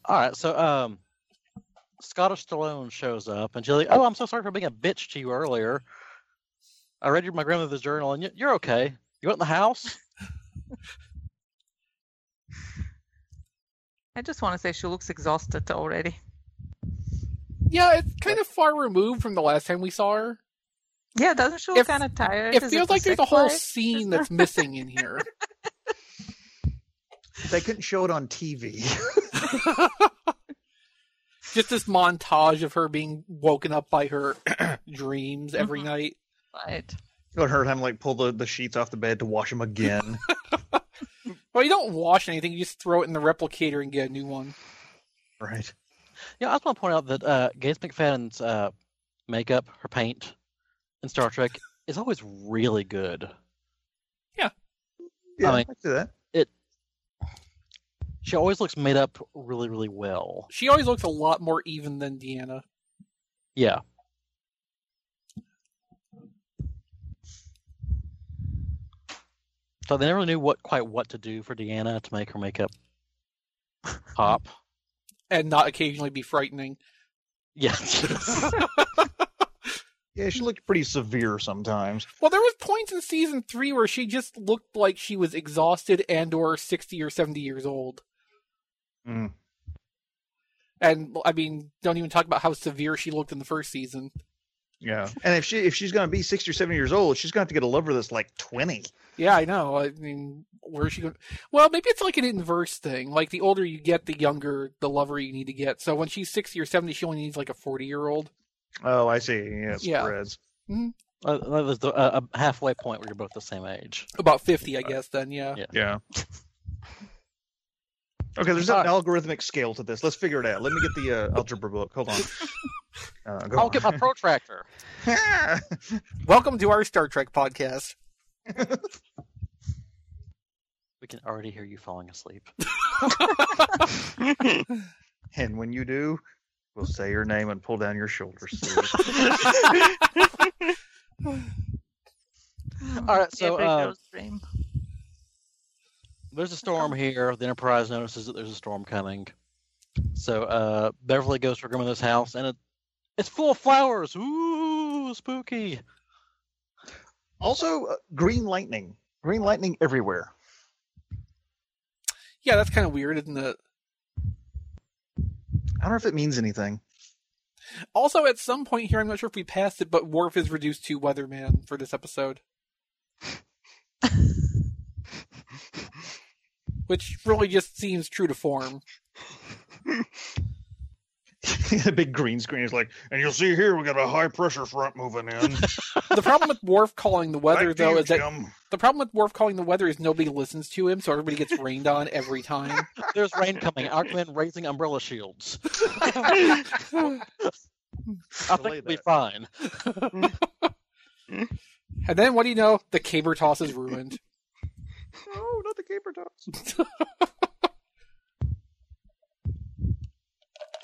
All right, so um, Scottish Stallone shows up, and she's like, "Oh, I'm so sorry for being a bitch to you earlier. I read your my grandmother's journal, and y- you're okay. You went in the house.
I just want to say she looks exhausted already.
Yeah, it's kind of far removed from the last time we saw her.
Yeah, doesn't she look
If-
kind of tired?
It
Is
feels
the
like there's a
sex
whole
life?
scene that's missing in here.
They couldn't show it on TV.
Just this montage of her being woken up by her dreams every
Mhm.
night.
Right.
But her time like pull the, the sheets off the bed to wash them again.
Well, you don't wash anything; you just throw it in the replicator and get a new one.
right.
Yeah, I just want to point out that uh, Gates McFadden's uh, makeup, her paint in Star Trek, is always really good.
Yeah, I,
mean-
can see that.
She always looks made up really, really well.
She always looks a lot more even than Deanna.
Yeah. So they never knew what quite what to do for Deanna to make her makeup pop.
and not occasionally be frightening.
Yeah.
Yeah, she looked pretty severe sometimes.
Well, there was points in season three where she just looked like she was exhausted and or sixty or seventy years old.
Mm.
And I mean, don't even talk about how severe she looked in the first season.
Yeah. And if she if she's gonna be sixty or seventy years old, she's gonna have to get a lover that's like twenty.
Yeah, I know. I mean, where is she going? Well, maybe it's like an inverse thing. Like the older you get, the younger the lover you need to get. So when she's sixty or seventy, she only needs like a forty-year-old.
Oh, I see. Yeah, it
Yeah.
spreads.
Uh, that was the uh, a halfway point where you're both the same age.
About fifty, I guess. Then yeah.
Yeah.
Yeah. Okay, there's
Uh,
an algorithmic scale to this. Let's figure it out. Let me get the uh, algebra book. Hold on. Uh, go
I'll
on.
get my protractor.
Welcome to our Star Trek podcast.
We can already hear you falling asleep.
and when you do, we'll say your name and pull down your shoulders. Sue.
Mm,
All right, so,
Hmm. every
uh,
girl's dream.
There's a storm here. The Enterprise notices that there's a storm coming. So uh, Beverly goes to her grandmother's house, and it, it's full of flowers. Ooh, spooky.
also, uh, green lightning. Green lightning everywhere.
Yeah, that's kind of weird, isn't it?
I don't know if it means anything.
Also, at some point here, I'm not sure if we passed it, but Worf is reduced to Weatherman for this episode. Which really just seems true to form.
a big green screen is like, and you'll see here we got a high pressure front moving in.
The problem with Worf calling the weather,
Back to
though,
you,
is that
Jim.
the problem with Worf calling the weather is nobody listens to him, so everybody gets rained on every time.
There's rain coming. Our men raising umbrella shields. I think
Delay
we'll be
that.
fine.
And then what do you know? The caber toss is ruined.
No, not the caper tops.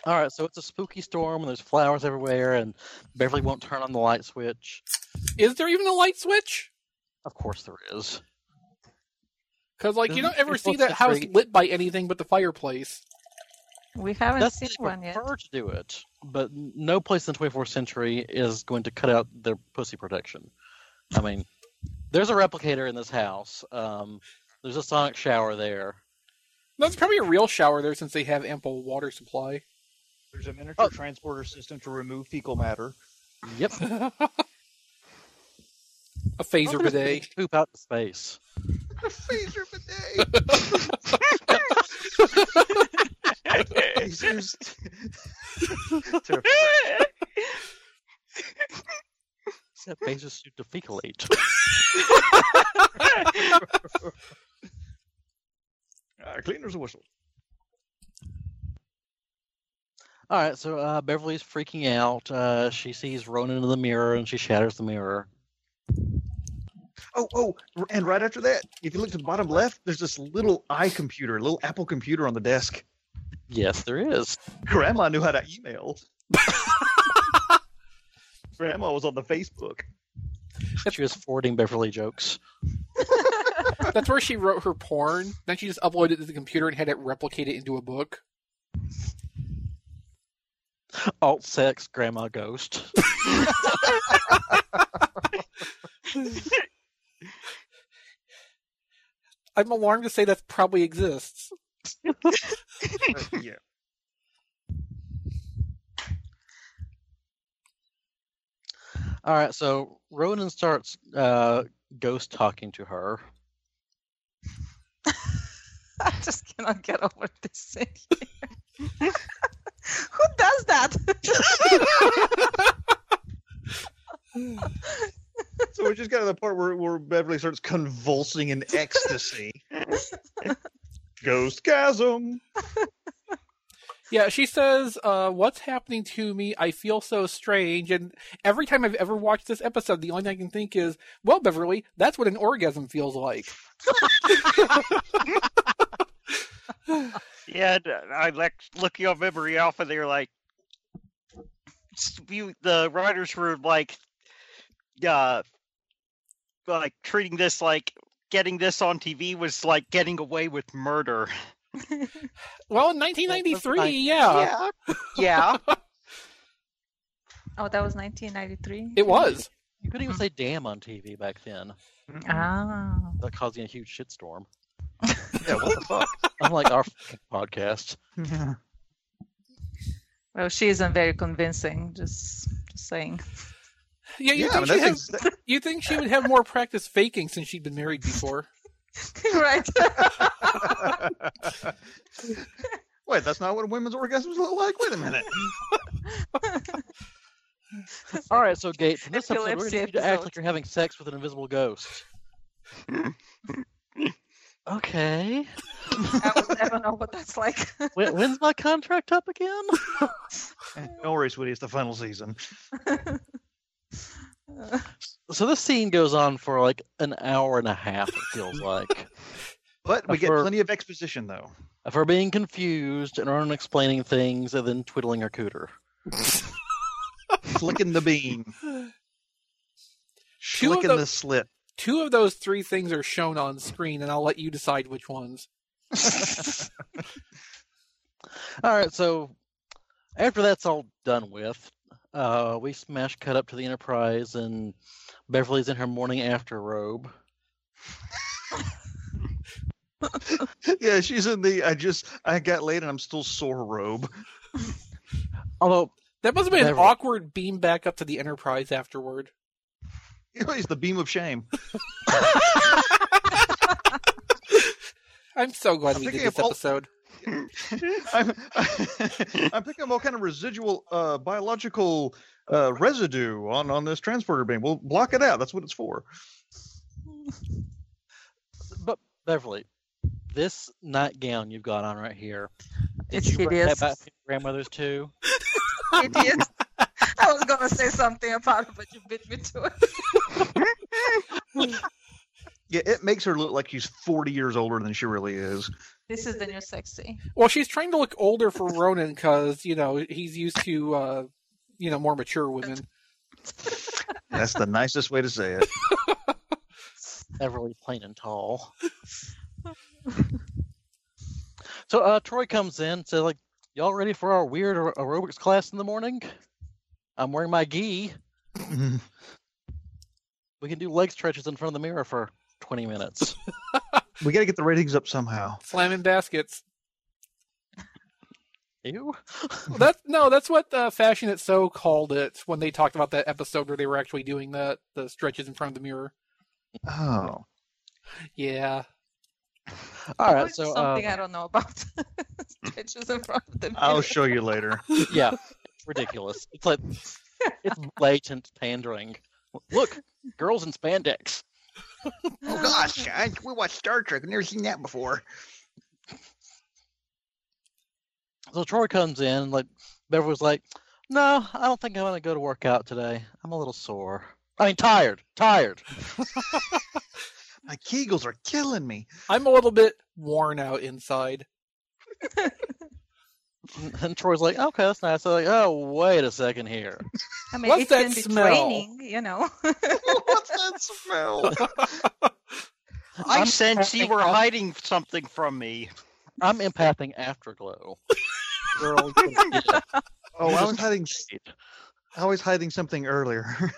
All right, so it's a spooky storm, and there's flowers everywhere, and Beverly won't turn on the light switch.
Is there even a light switch?
Of course there is.
Because like you don't ever
It's
see
supposed
that
to
house
create-
lit by anything but the fireplace.
We haven't
That's
seen
they
one yet.
prefer to do it, but no place in the 24th century is going to cut out their pussy production. I mean, there's a replicator in this house. Um, there's a sonic shower there.
That's probably a real shower there since they have ample water supply.
There's a miniature transporter system to remove fecal matter.
Yep,
A phaser
Nothing is
bidet.
poop out to space.
A phaser bidet. Phasers.
Is that phaser suit to defecate?
Uh, cleaners a whistle.
All right, so uh, Beverly's freaking out. Uh, she sees Ronan in the mirror and she shatters the mirror.
Oh, oh, and right after that, if you look to the bottom left, there's this little iComputer, little Apple computer on the desk.
Yes, there is.
Grandma knew how to email. Grandma was on the Facebook.
She was forwarding Beverly jokes.
That's where she wrote her porn. Then she just uploaded it to the computer and had it replicated into a book.
Alt sex, grandma ghost.
I'm alarmed to say that probably exists.
Uh, yeah.
All right, so Ronan starts uh, ghost talking to her.
I just cannot get over this thing. here. Who does that?
So we just got to the part where, where Beverly starts convulsing in ecstasy. Ghost chasm.
Yeah, she says, uh, "What's happening to me? I feel so strange." And every time I've ever watched this episode, the only thing I can think is, "Well, Beverly, that's what an orgasm feels like."
Yeah, and, uh, I like looking your memory off, and they're like, s- you, the writers were like, uh, like treating this like getting this on TV was like getting away with murder.
Well, in 1993, yeah,
Yeah, yeah.
oh, that was 1993.
it was.
You couldn't even say damn on TV back then.
Ah.
That causing a huge shitstorm.
Yeah, what the fuck?
Unlike our fucking podcast.
Well, she isn't very convincing. Just, just saying.
Yeah, you
yeah, I mean,
think she
that's
has,
ex-
you think she would have more practice faking since she'd been married before?
right.
Wait, that's not what women's orgasms look like. Wait a minute.
All right, so Gates, in this episode, we're
Epilepsy
going to need you to act
episode.
like you're having sex with an invisible ghost. okay.
I will never know what that's like.
When, when's my contract up again?
Don't worry, sweetie. It's the final season.
So this scene goes on for like an hour and a half. It feels like
But we
Uh,
get
for-
plenty of exposition, though.
of her being confused and Ronan explaining things and then twiddling her cooter.
Flicking the beam,
Two of
flicking
the-
the slit.
Two of those three things are shown on screen, and I'll let you decide which ones.
All right, so after that's all done with, uh, we smash cut up to the Enterprise and Beverly's in her morning after robe.
Yeah, she's in the. I just. I got laid, and I'm still sore robe.
Although
That must have been an
Never.
awkward beam back up to the Enterprise afterward.
It's the beam of shame.
I'm so glad
I'm
we did
thinking of
this
all-
episode.
I'm, I'm picking up all kind of residual uh, biological uh, residue on on this transporter beam. We'll block it out. That's what it's for.
But Beverly, this nightgown you've got on right here. Did
It's
you bring
hideous.
that back to your grandmother's too?
Idiot. I was gonna say something about it, but you beat me to it.
Yeah, it makes her look like she's 40 years older than she really is.
This is the new sexy.
Well, she's trying to look older for Ronan because you know he's used to uh, you know more mature women.
That's the nicest way to say it.
Beverly, plain and tall. so uh, Troy comes in, says like, "Y'all ready for our weird aer- aerobics class in the morning? I'm wearing my gi. We can do leg stretches in front of the mirror for 20 minutes."
we got to get the ratings up somehow.
Slamming baskets.
Ew.
Well, That's no, that's what uh, Fashion It So called it when they talked about that episode where they were actually doing that the stretches in front of the mirror.
Oh.
Yeah.
All right,
Find
so uh,
something I don't know about statues in front of the
Oh,
mirror.
I'll show you later.
yeah, ridiculous. It's like it's blatant pandering. Look, girls in spandex.
oh gosh, I, we watched Star Trek. I've never seen that before.
So Troy comes in, and like Beverly's like, "No, I don't think I want to go to work out today. I'm a little sore. I mean, tired, tired."
My Kegels are killing me.
I'm a little bit worn out inside.
And- And Troy's like, "Okay, that's nice." I'm like, "Oh, wait a second here.
I mean,
What's
it can
that
be
smell?
training, you know.
What's that smell?
I
I'm
sense you
having
were
a-
hiding something from me.
I'm impacting afterglow." Girl, you did it.
Oh, I was hiding.
Shit.
I was hiding something earlier.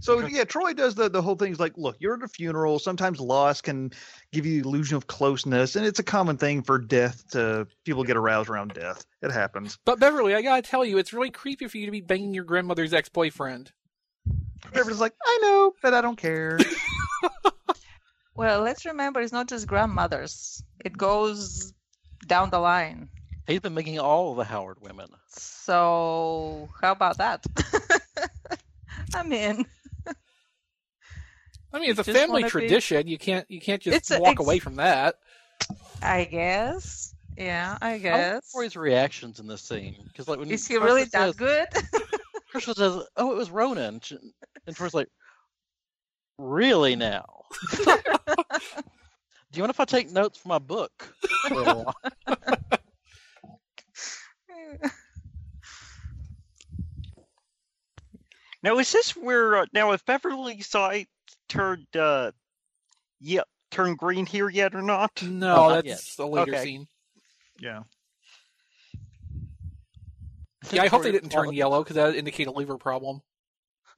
so yeah, Troy does the the whole thing. He's like, look, you're at a funeral. Sometimes loss can give you the illusion of closeness, and it's a common thing for death to people get aroused around death. It happens.
But Beverly, I gotta tell you, it's really creepy for you to be banging your grandmother's ex-boyfriend.
Everyone's like, I know, but I don't care.
well, let's remember it's not just grandmothers. It goes down the line.
He's been making all the Howard women.
So how about that? I'm in.
I mean, it's a
just
family
wanna be-
tradition. You can't you can't
It's
just
a-
walk
ex-
away from that.
I guess. Yeah, I
I like
guess.
Troy's reactions in this scene because, like, when
Is he really
Krista
that
says-
good?
Krista says, "Oh, it was Ronan," Sh- and Troy's like, "Really now? Do you mind if I take notes for my book?" for a while?"
Now is this where uh, now if Beverly's eye turned uh yeah turned green here yet or not?
No,
not
that's a later
Okay.
scene.
yeah.
Yeah, I hope they
Troy
didn't turn
poli-
yellow because that would indicate a liver problem.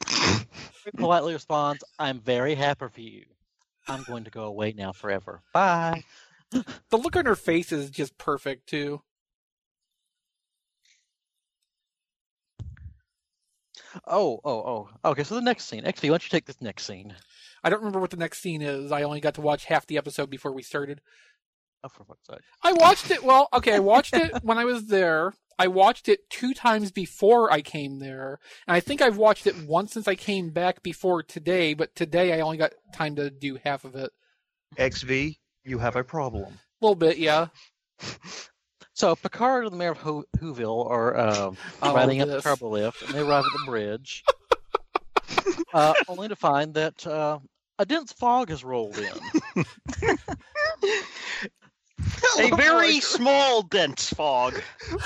Politely responds, "I'm very happy for you. I'm going to go away now forever. Bye."
The look on her face is just perfect too.
Oh, oh, oh. Okay, so the next scene. XP, why don't you take this next scene?
I don't remember what the next scene is. I only got to watch half the episode before we started.
Oh, for fuck's sake.
I watched it. Well, okay, I watched it when I was there. I watched it two times before I came there, and I think I've watched it once since I came back before today. But today I only got time to do half of it.
XV, you have a problem.
A little bit, yeah.
So Picard and the mayor of Ho- Whoville are um,
Oh,
riding up the
this.
turbo lift, and they arrive at the bridge, uh, only to find that uh, a dense fog has rolled in.
Oh
A very small dense fog.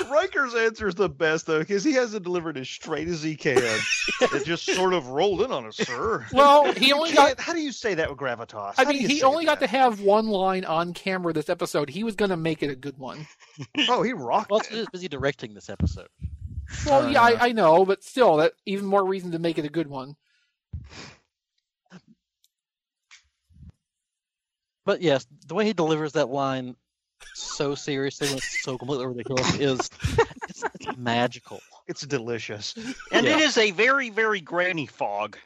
Riker's answer is the best though, because he has it delivered as straight as he can. it just sort of rolled in on us, sir.
Well, he
You
only got.
can't- how do you say that with gravitas?
I
How do
mean,
you
he
say
only got
that?
to have one line on camera this episode. He was going to make it a good one.
Oh, he rocked.
Well,
it.
he's busy directing this episode.
Well, yeah, I, I know, but still, that even more reason to make it a good one.
But yes, the way he delivers that line so seriously and it's so completely ridiculous is it's, it's magical.
It's delicious.
And
Yeah.
it is a very, very granny fog.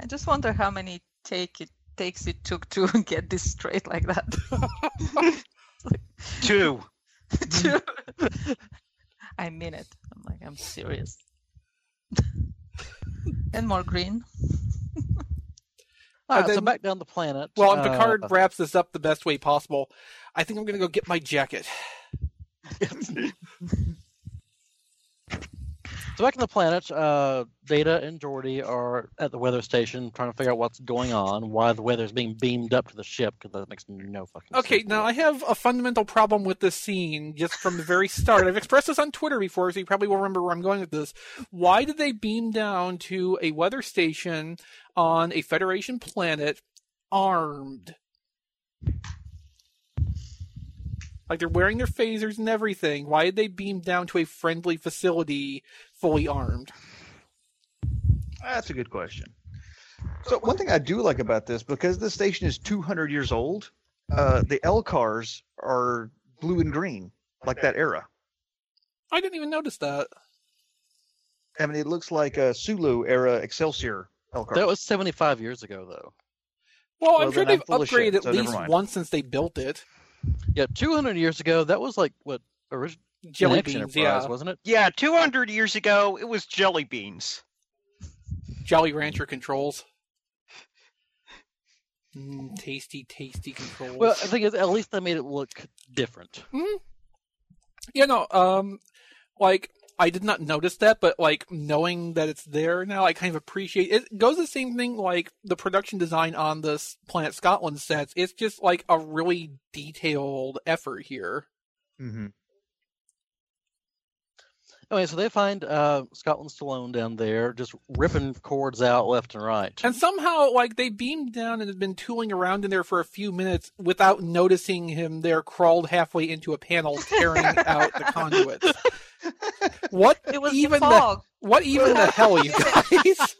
I just wonder how many take it takes it took to get this straight like that.
Two.
To- I mean it. I'm like I'm serious. and more green.
All right, so
then-
back down the planet.
Well,
Oh,
and Picard
uh,
wraps this up the best way possible. I think I'm going to go get my jacket.
So back on the planet, uh, Data and Geordi are at the weather station trying to figure out what's going on, why the weather's being beamed up to the ship, because that makes no fucking sense.
Okay, now I have a fundamental problem with this scene just from the very start. I've expressed this on Twitter before, so you probably will remember where I'm going with this. Why did they beam down to a weather station on a Federation planet armed? Like they're wearing their phasers and everything. Why did they beam down to a friendly facility fully armed?
That's a good question. So one thing I do like about this, because the station is 200 years old, uh, the L cars are blue and green, like that era.
I didn't even notice that.
I mean, it looks like a Sulu era Excelsior Elkhart.
That was 75 years ago, though.
Well,
Well,
I'm sure
then I'm
they've
full of
upgraded
shit,
at
so never
least
mind.
once since they built it.
Yeah, 200 years ago, that was like what original
Jelly
Next
beans,
Enterprise,
yeah.
wasn't it?
Yeah, 200 years ago, it was jelly beans.
Jolly Rancher controls. Mm, tasty, tasty controls.
Well, uh, I think at least they made it look different.
you know, um, like I did not notice that, but like knowing that it's there now, I kind of appreciate it. Goes the same thing like the production design on this Planet Scotland sets. It's just like a really detailed effort here.
Mm-hmm.
Okay, so they find uh, Scotland Stallone down there just ripping cords out left and right.
And somehow, like, they beamed down and had been tooling around in there for a few minutes without noticing him there, crawled halfway into a panel, tearing out the conduits. What
It was
even
the
the,
fog.
what even the hell, you guys?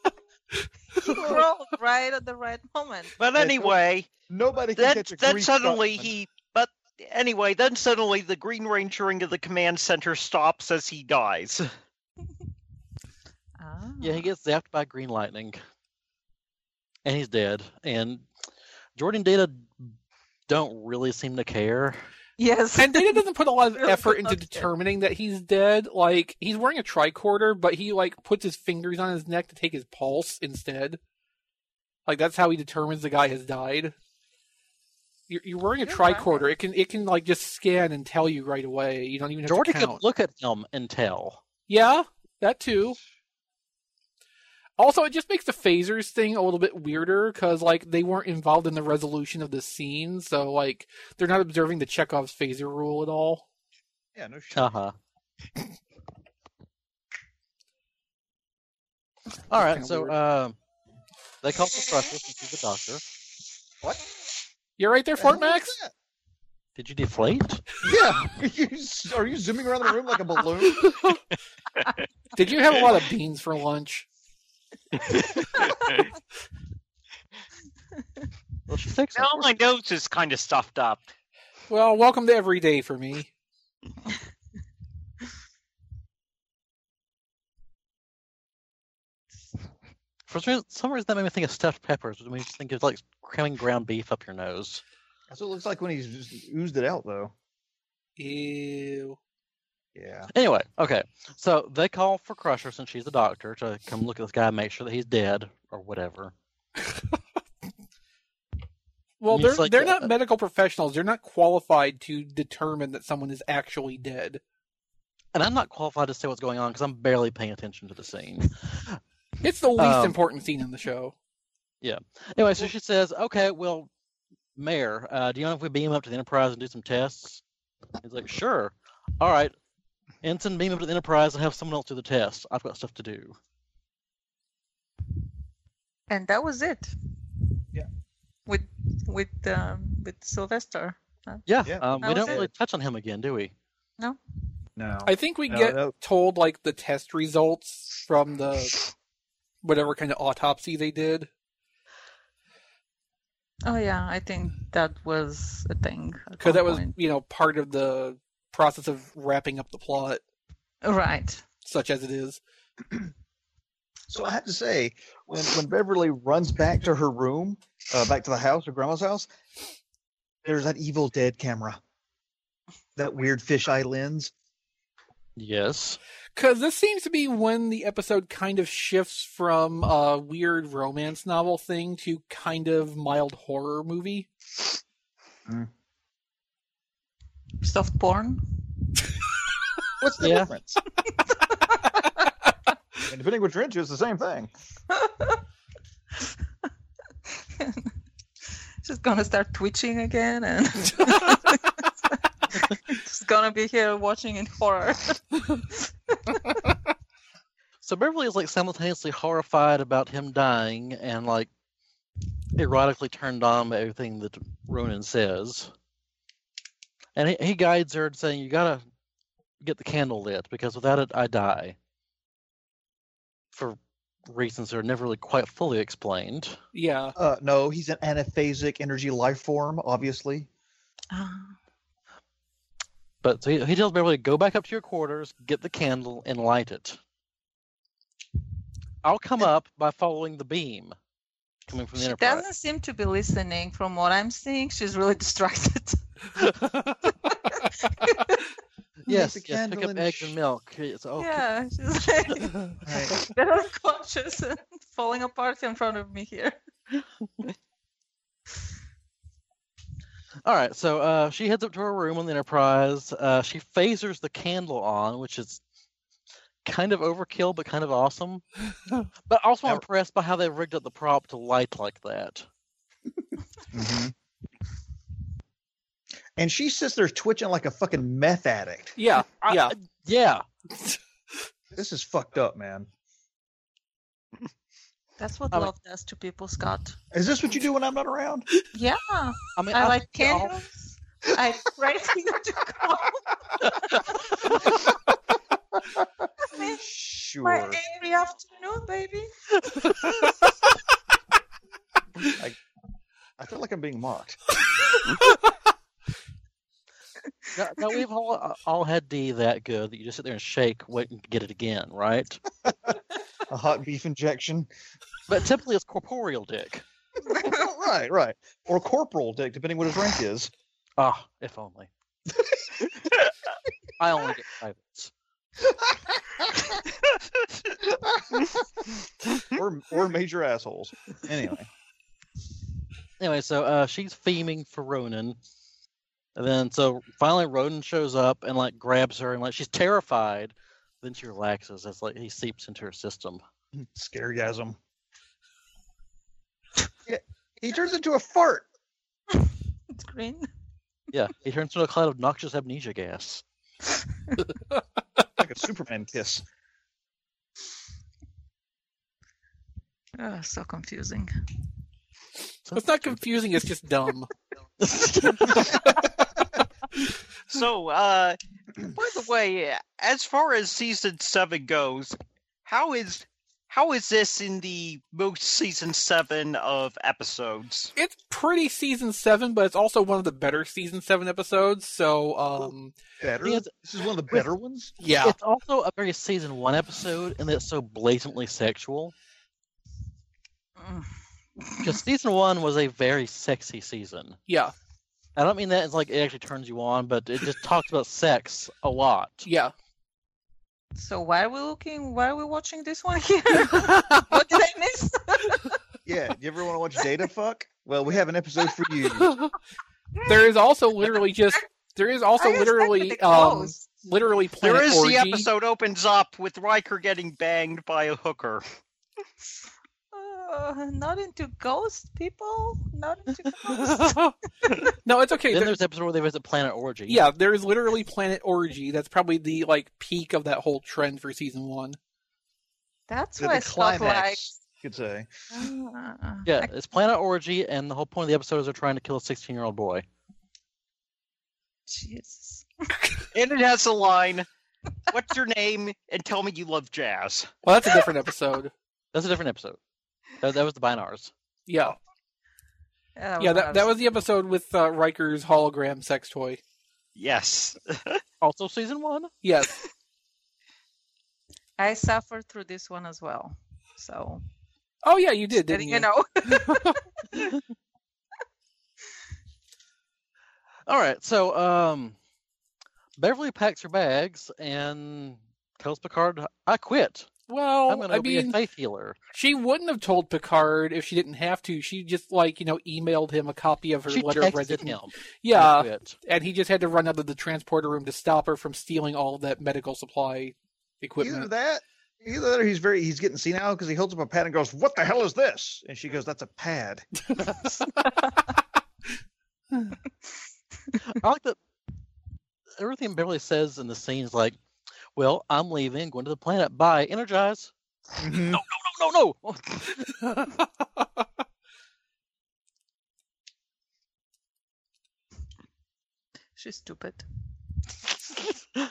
He crawled right at the right moment.
But
Yeah,
anyway,
Nobody can
then,
catch a
then
green
suddenly
Scotland.
he. But anyway, then suddenly the Green Ranger into the command center stops as he dies.
Ah.
Yeah, he gets zapped by green lightning, and he's dead. And Jordan Data don't really seem to care.
Yes.
and Data doesn't put a lot of
Really
effort into
upset.
determining that he's dead. Like, he's wearing a tricorder, but he, like, puts his fingers on his neck to take his pulse instead. Like, that's how he determines the guy has died. You're, you're wearing a
You're right.
tricorder. It can, it can, like, just scan and tell you right away. You don't even have
Jordan
to
could
count.
look at him and tell.
Yeah, that too. Also, it just makes the phasers thing a little bit weirder because, like, they weren't involved in the resolution of the scene, so like, they're not observing the Chekhov's phaser rule at all.
Yeah, no shit.
Uh huh. All right,
Kinda
so
weird.
um, they call for Crusher since he's a doctor.
You're right there, Fort Max.
Did you deflate?
Yeah. Are you, are you zooming around the room like a balloon?
Did you have a lot of beans for lunch?
Well, she takes
Now my nose is kind of stuffed up.
Well, welcome to every day for me.
For some reason, some reason that made me think of stuffed peppers, which makes me think of like cramming ground beef up your nose.
That's what it looks like when he's just oozed it out, though.
Ew.
Yeah.
Anyway, okay. So they call for Crusher since she's a doctor to come look at this guy and make sure that he's dead or whatever.
Well,
It's
they're
like,
they're not
uh,
medical professionals. They're not qualified to determine that someone is actually dead.
And I'm not qualified to say what's going on because I'm barely paying attention to the scene.
It's the least
Um,
important scene in the show.
Anyway, so she says, "Okay, well, Mayor, uh, do you know if we beam up to the Enterprise and do some tests?" He's like, "Sure. All right, Ensign, beam up to the Enterprise and have someone else do the test. I've got stuff to do."
and that was it.
Yeah.
With with um, with Sylvester.
Yeah,
Yeah,
um,
that
we
was
don't
it.
really touch on him again, do we?
No.
I think we
No,
get
no.
told like the test results from the whatever kind of autopsy they did.
Oh yeah, I think that was a thing. at
Because
one
that was,
point.
you know, part of the process of wrapping up the plot,
right.
such as it is.
So I have to say, when, when Beverly runs back to her room, uh, back to the house, her grandma's house, there's that Evil Dead camera, that weird fisheye lens.
Yes.
Because this seems to be when the episode kind of shifts from a weird romance novel thing to kind of mild horror movie.
Soft porn.
What's the
Yeah.
difference? and depending what you're into, it's the same thing.
She's gonna start twitching again, and she's gonna be here watching in horror.
So Beverly is like simultaneously horrified about him dying and like erotically turned on by everything that Ronan says. And he, he guides her saying, You gotta get the candle lit because without it, I die. For reasons that are never really quite fully explained.
Yeah.
Uh, no, he's an anaphasic energy life form, obviously.
Ah,
But so he, he tells Beverly, Go back up to your quarters, get the candle, and light it. I'll come up by following the beam coming from the
she
Enterprise.
doesn't seem to be listening from what I'm seeing. She's really distracted.
yes,
the
yes pick
candle
up
and
eggs
sh-
and milk. It's oh, okay.
Yeah, she's like they're unconscious and falling apart in front of me here.
All right, so uh, she heads up to her room on the Enterprise. Uh, she phasers the candle on, which is kind of overkill, but kind of awesome. but also
Now-
impressed by how they rigged up the prop to light like that.
Mhm. And she sits there twitching like a fucking meth addict.
yeah,
I-
yeah.
Yeah,
This is fucked up, man.
That's what
I mean-
love does to people, Scott.
Is this what you do when I'm not around?
Yeah,
I mean,
I like
think it all-
candles. I pray for you to come. My
Sure.
angry afternoon, baby.
I feel like I'm being mocked.
No, no, we've all uh, all had D that good that you just sit there and shake, wait and get it again, right?
A hot beef injection.
But typically it's corporeal dick.
Oh, right, right. Or corporal dick, depending what his rank is.
Ah, if only. I only get privates.
Or or major assholes. Anyway.
Anyway, so uh, she's theming for Ronan. And then so finally Ronan shows up and like grabs her and like she's terrified. Then she relaxes as like he seeps into her system.
Scaregasm. Yeah, he turns into a fart.
It's green.
Yeah, he turns into a cloud of noxious amnesia gas.
Like a Superman kiss.
Oh, so confusing.
It's not confusing. It's just dumb.
So, uh, by the way, as far as season seven goes, how is how is this in the most season seven of episodes?
It's pretty season seven, but it's also one of the better season seven episodes. So, um,
Better.
Yes.
This is one of the better ones.
yeah,
It's also a very season one episode and it's so blatantly sexual.
Mm.
Because season one was a very sexy season.
yeah,
I don't mean that as like it actually turns you on, but it just talks about sex a lot.
yeah.
So why are we looking? Why are we watching this one here? what did I miss?
Yeah. You ever want to watch Data Fuck? Well, we have an episode for you.
there is also literally just there is also
I expected
literally
it
um
close.
literally planet
There is
orgy.
the episode opens up with Riker getting banged by a hooker.
Uh, not into ghost people. Not into ghosts.
no, it's okay.
Then
There-
there's the episode where they visit Planet Orgy.
yeah, there is literally planet orgy. That's probably the like peak of that whole trend for season one.
That's
The-
why
the
Scott likes.
climax, you could say.
Ah.
Yeah, it's Planet Orgy, and the whole point of the episode is they're trying to kill a 16 year old boy.
Jesus.
And it has a line, What's your name? And tell me you love jazz.
Well, that's a different episode.
That's a different episode. That, that was the Binars.
Yeah,
Yeah,
yeah. That that was the episode with uh, Riker's hologram sex toy.
Yes.
Also, season one?
Yes.
I suffered through this one as well. So
Oh yeah, you did, didn't
letting
you?
you know.
All right, so um, Beverly packs her bags and tells Picard, I quit. I'm
Well,
going
I
to be
mean,
a faith healer.
she wouldn't have told Picard if she didn't have to. She just like you know emailed him a copy of her
She
letter of
texted
resignation.
him.
Yeah,
I quit.
and he just had to run out of the transporter room to stop her from stealing all of that medical supply
Either
equipment.
that, either that, or he's very he's getting senile because he holds up a pad and goes, "What the hell is this?" And she goes, "That's a pad."
I like that everything Beverly says in the scene is like, well, I'm leaving, going to the planet. Bye, energize.
Mhm.
No, no, no.
She's stupid.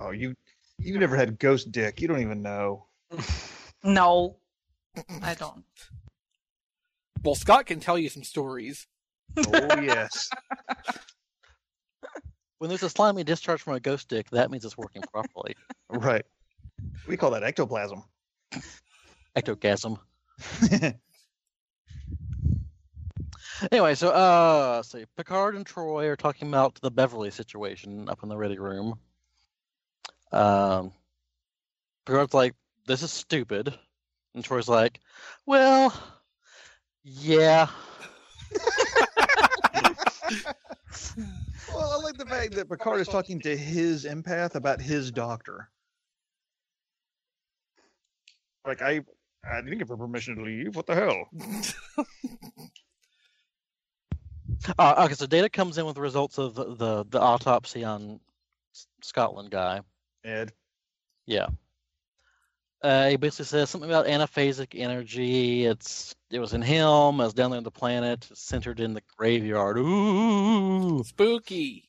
Oh, you you never had ghost dick. You don't even know.
No, I don't.
well, Scott can tell you some stories.
Oh yes.
When there's a slimy discharge from a ghost stick, that means it's working properly.
Right. We call that ectoplasm.
ectogasm. anyway, so uh, so Picard and Troy are talking about the Beverly situation up in the ready room. Um, Picard's like, "This is stupid," and Troy's like, "Well, yeah."
Well, I like the fact that Picard is talking to his empath about his doctor. Like I, I didn't give her permission to leave. What the hell?
Uh, okay, so Data comes in with the results of the the, the autopsy on S- Scotland guy.
Ed,
Yeah. Uh, he basically says something about anaphasic energy. It's it was in him. It was down there on the planet. It's centered in the graveyard. Ooh.
Spooky.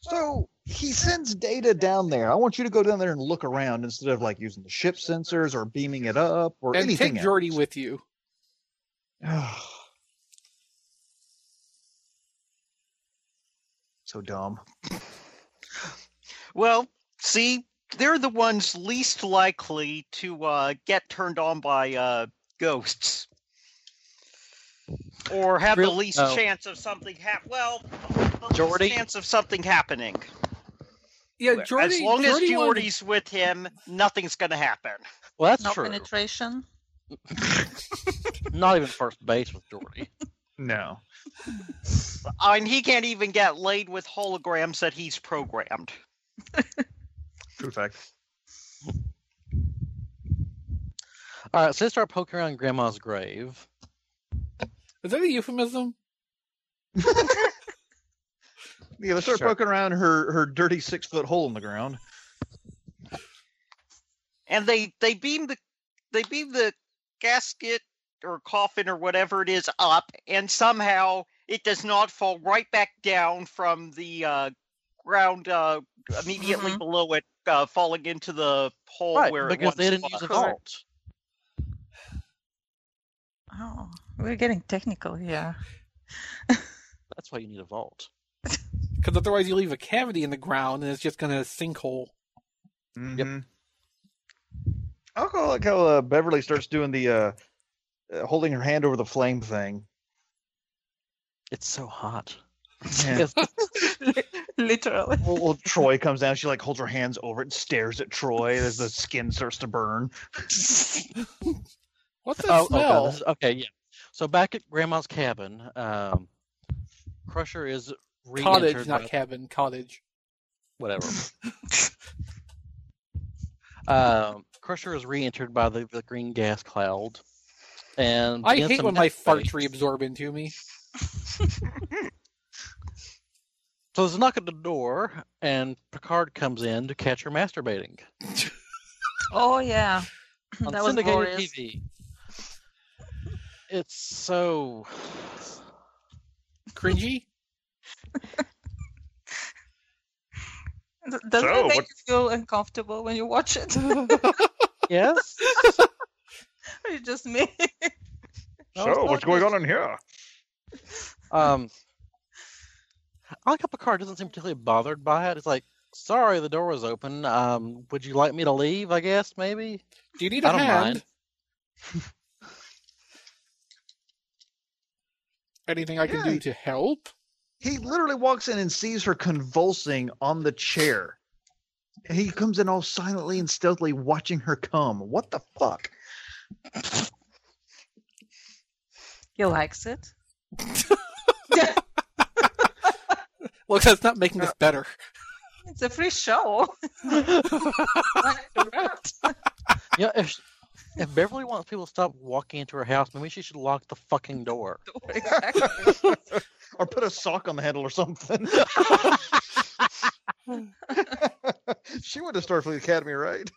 So he sends data down there. I want you to go down there and look around instead of like using the ship sensors or beaming it up or
And
anything.
take
else.
Jordy with you.
so dumb.
Well, see, they're the ones least likely to uh, get turned on by uh, ghosts. Or have the
Really?
least
Oh.
chance of something hap- well, the least
Jordy?
chance of something happening.
Yeah, Jordy.
as long as
Jordy wanted-
Jordy's with him, nothing's going to happen.
Well, that's
No
true.
penetration.
Not even first base with Jordy.
No.
I mean, Oh, he can't even get laid with holograms that he's programmed.
True fact.
All right, so they start poking around Grandma's grave.
is that a euphemism?
Yeah, they start
Sure.
poking around her her dirty six foot hole in the ground.
and they they beam the they beam the gasket or coffin or whatever it is up and somehow it does not fall right back down from the uh ground uh immediately
Mhm.
below it uh falling into the hole
Mm-hmm. right,
where it
because
once
they didn't use a
was.
vault.
Oh, we're getting technical here.
That's why you need a vault.
Because otherwise, you leave a cavity in the ground and it's just going to sinkhole.
Mhm. I'll go like how uh, Beverly starts doing the uh, uh, holding her hand over the flame thing.
It's so hot. oh,
Yeah.
Literally.
well, well, Troy comes down. She like holds her hands over it and stares at Troy as the skin starts to burn.
What's that
Oh, oh, God,
smell?
this is- okay, yeah. So back at Grandma's cabin, um, Crusher is re-entered
cottage,
by-
not cabin. Cottage.
whatever. um, Crusher is re-entered by the, the green gas cloud, and
I
begins
hate
to
when my farts
masturbate.
reabsorb into me.
So there's a knock at the door, and Picard comes in to catch her masturbating
Oh yeah,
on
Mm, that was
syndicated
glorious.
TV. It's so
Cringy.
Th- Doesn't
So,
it make
what-
you feel uncomfortable when you watch it? or
yes.
you just me?
No, it's
so,
not
what's going
good.
on in here?
Um, I like how Picard doesn't seem particularly bothered by it. It's like, sorry, the door was open. Um, would you like me to leave? I guess maybe.
Do you need a
I don't
hand?
mind.
Anything I can
Yeah,
do
he-
to help?
He literally walks in and sees her convulsing on the chair. And he comes in all silently and stealthily watching her come. What the fuck?
He likes it.
Look, that's not making
Uh.
this better.
It's a free show.
Yeah, if, if Beverly wants people to stop walking into her house, maybe she should lock the fucking door.
exactly.
Or put a sock on the handle or something. she went to Starfleet Academy, right?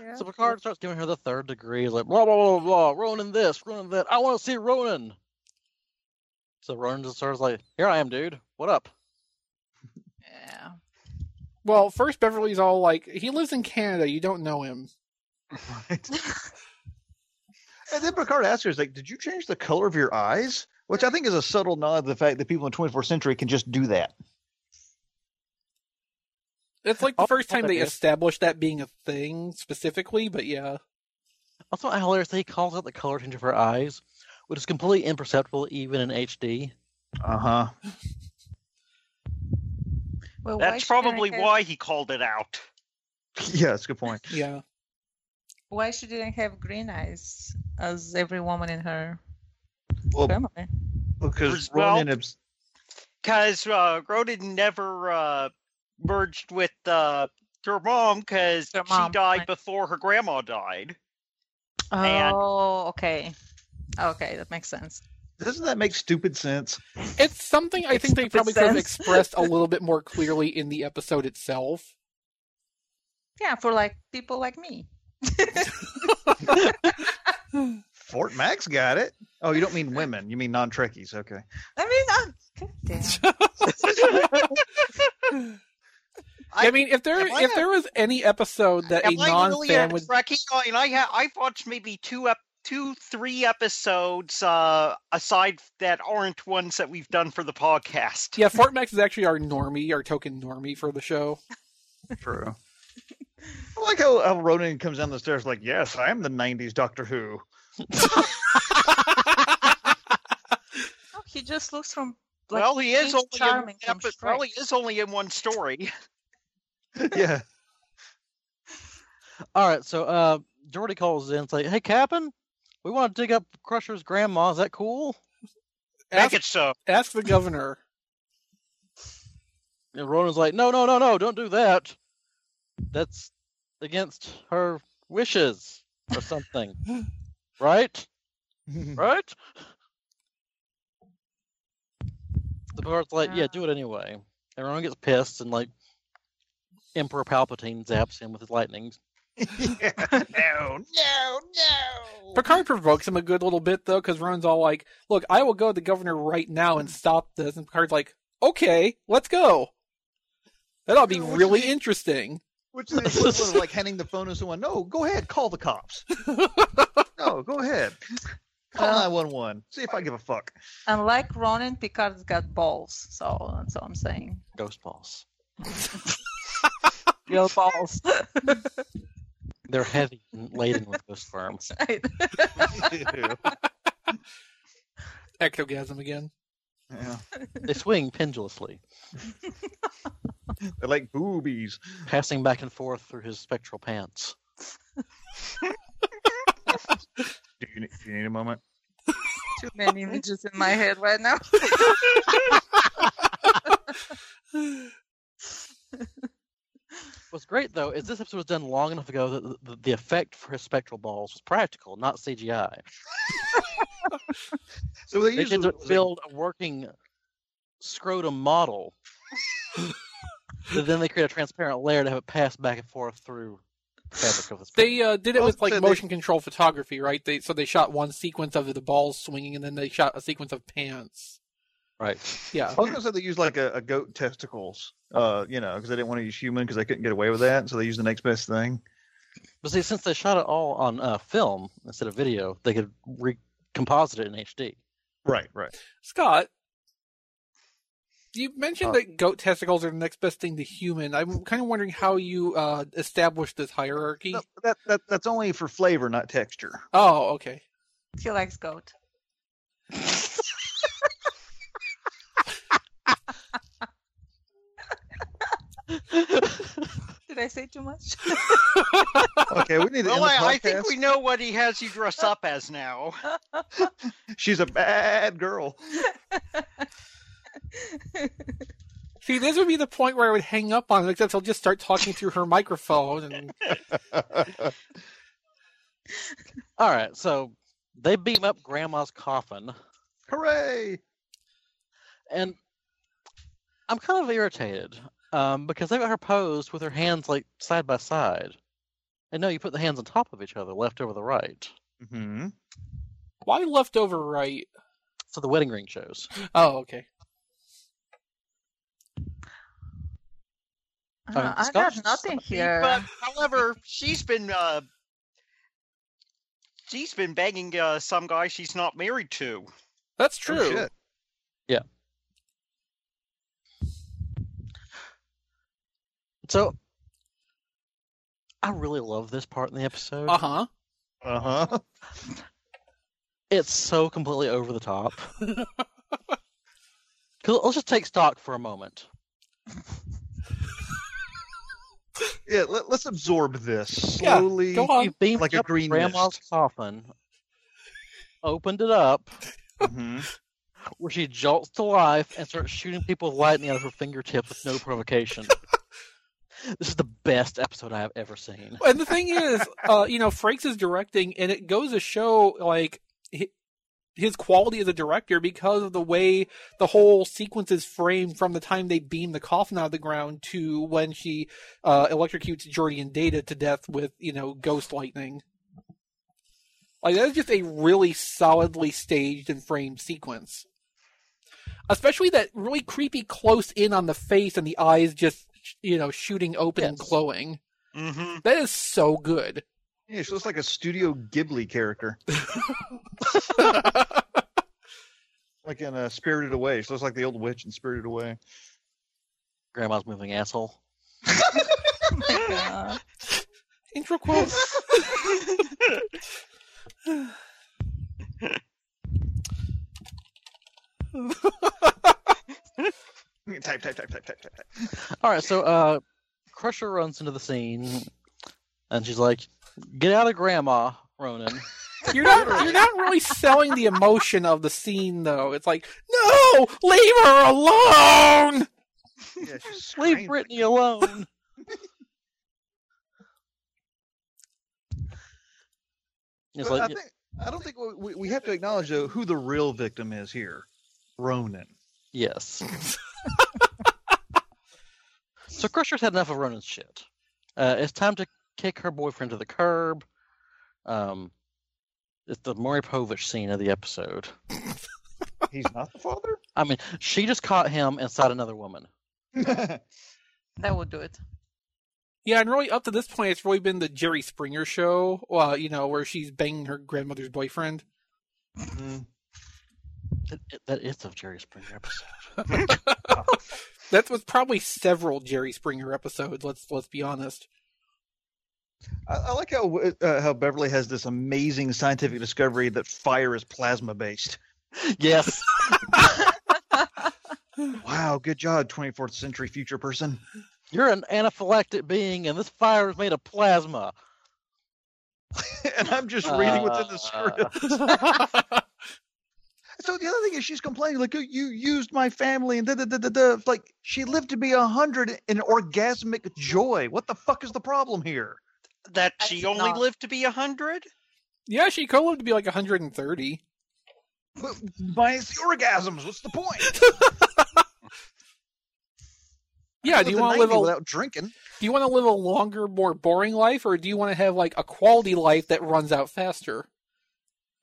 Yeah.
So Picard starts giving her the third degree, like blah blah blah blah, blah, Ronan this, Ronan that. I want to see Ronan. So Ronan just starts like, "Here I am, dude. What up?"
yeah.
Well, first Beverly's all like, he lives in Canada. You don't know him.
Right. and then Picard asks her, he's like, Did you change the color of your eyes? Which I think is a subtle nod to the fact that people in the 24th century can just do that.
It's like the
I'll-
first
I'll
time they
bet you.
established that being a thing specifically, but yeah.
Also, how hilarious that he calls out the color change of her eyes, which is completely imperceptible even in HD.
Uh huh.
Well, why
That's
shouldn't I
probably
have-
why he called it out.
Yeah, that's a good point.
Yeah.
why she didn't have green eyes as every woman in her
Oh.
Well,
family.
because
Well-
Ronan abs-
Because uh, Ronan never uh, merged with uh, her mom because
Her
she
mom,
died
right.
before her grandma died. and-
Oh, okay. Okay, that makes sense.
doesn't that make stupid sense?
It's something I think they
Stupid
probably could have
sense.
expressed a little bit more clearly in the episode itself.
Yeah, for like people like me.
Fort Max got it. Oh, you don't mean women. You mean non Trekkies. Okay.
I mean, I'm, God damn.
I, mean, if there
am I
if
a-
there was any episode that a
Am I
non
really
fan
a
would
Trekkie? I mean, I ha- I've watched maybe two ep- two three episodes uh, aside that aren't ones that we've done for the podcast.
yeah, Fort Max is actually our normie, our token normie for the show.
True. I like how, how Ronan comes down the stairs like, yes, I am the 90s Doctor Who.
No, Oh, he just looks from like
Well, he is
Prince
only in
Charming
one
from
epi- well, he
Shrek.
is only in one story.
yeah.
All right, so uh, Jordy calls in and say, "Hey, Captain, we want to dig up Crusher's grandma. Is that cool?"
Make
Ask,
it so.
ask the governor.
And Ronan's like, "No, no, no, no! Don't do that. That's against her wishes or something, right? Right?" The guard's like, "Yeah, do it anyway." And Ronan gets pissed and like Emperor Palpatine zaps him with his lightning.
yeah. No, no, no.
Picard provokes him a good little bit though, because Ron's all like, "Look, I will go to the governor right now and stop this," and Picard's like, "Okay, let's go." That'll be
Yeah, which
really
is-
interesting.
Which is the equivalent of like handing the phone to someone. No, go ahead, call the cops. no, go ahead. Call
Well-
911. See if I give a fuck.
Unlike Ronan, Picard's got balls. So that's what I'm saying.
Ghost balls.
Real balls.
They're heavy and laden with ghost sperm.
Ectogasm again.
yeah.
They swing pendulously,
They're like boobies.
passing back and forth through his spectral pants.
Do you, do you need a moment?
Too many images in my head right now.
What's great though is this episode was done long enough ago that the, the, the effect for his spectral balls was practical, not CGI.
So they
They
usually
did to
was it-
build a working scrotum model. But then they create a transparent layer to have it pass back and forth through the fabric of the
They uh, did it
Well,
with like
so they-
motion control photography, right? They so they shot one sequence of the balls swinging, and then they shot a sequence of pants.
right.
Yeah,
I was gonna say they used like a, a goat testicles, uh, you know, because they didn't want to use human because they couldn't get away with that, so they used the next best thing.
But see, since they shot it all on uh, film instead of video, they could recomposite it in HD.
Right, right.
Scott. You mentioned
Uh,
that goat testicles are the next best thing to human. I'm kind of wondering how you uh, established this hierarchy.
No, that, that that's only for flavor, not texture.
Oh, okay.
He likes goat. Did I say too much?
Uh,
Okay, we need to
Well,
end the
I, I think
podcast.
we know what he has you dress up as now.
She's a bad girl.
See, this would be the point where I would hang up on it, except I'll just start talking through her microphone. And
All right, so they beam up Grandma's coffin,
Hooray!
and I'm kind of irritated um, because they've got her posed with her hands like side by side. And no, you put the hands on top of each other, left over the right.
hmm
why left over right?
So the wedding ring shows.
Oh, okay.
I,
Um,
don't- Uh, I
Scott-
got nothing here.
But however, she's been uh, she's been banging uh, some guy she's not married to.
That's true.
Oh, shit.
So, I really love this part in the episode.
Ah.
Uh huh.
Uh huh.
It's so completely over the top. 'Cause let's just take stock for a moment.
Yeah, let, us absorb this
Yeah,
slowly.
Go on.
You beamed
Um, Like a
up
green
grandma's
mist.
coffin, opened it up,
Mhm.
where she jolts to life and starts shooting people with lightning out of her fingertips with no provocation. this is the best episode I have ever seen.
And the thing is, uh, you know, Frakes is directing, and it goes to show like hi- his quality as a director because of the way the whole sequence is framed from the time they beam the coffin out of the ground to when she uh, electrocutes Jordy and Data to death with you know ghost lightning. Like that is just a really solidly staged and framed sequence. Especially that really creepy close in on the face and the eyes just you know shooting open and
Yes.
glowing.
Mm-hmm.
That is so good.
Yeah, she looks like a Studio Ghibli character, like in uh, Spirited Away. She looks like the old witch in Spirited Away.
Grandma's moving asshole.
my Oh, God.
Intro quote.
Type, type, type, type, type, type, type.
All right, so uh, Crusher runs into the scene, and she's like, "Get out of Grandma, Ronan."
You're not you're not really selling the emotion of the scene though. It's like, no, leave her alone.
Yeah, she's
Leave
screaming.
Brittany alone. it's
But I,
like,
think, I don't think we- we, we have to acknowledge though who the real victim is here. Ronan.
yes. so Crusher's had enough of Ronan's shit. Uh, it's time to kick her boyfriend to the curb. Um, it's the Maury Povich scene of the episode.
He's not the father.
I mean, she just caught him inside another woman.
That would do it.
Yeah, and really up to this point, it's really been the Jerry Springer show. Uh, you know, where she's banging her grandmother's boyfriend.
That, that is the Jerry Springer episode.
That was probably several Jerry Springer episodes. Let's let's be honest.
I, I like how uh, how Beverly has this amazing scientific discovery that fire is plasma based.
yes.
Wow, good job, 24th century future person.
You're an anaphylactic being, and this fire is made of plasma.
and I'm just reading within the
Uh,
script. So the other thing is she's complaining like "Oh, you used my family and da da da da da. Like she lived to be a hundred in orgasmic joy. What the fuck is the problem here?
That
That's
she only
not-
lived to be a hundred.
Yeah, she could live to be like 130.
But
Mm-hmm.
Minus the orgasms. What's the point?
Yeah, do you want to live a
without drinking?
Do you want to live a longer, more boring life, or do you want to have like a quality life that runs out faster?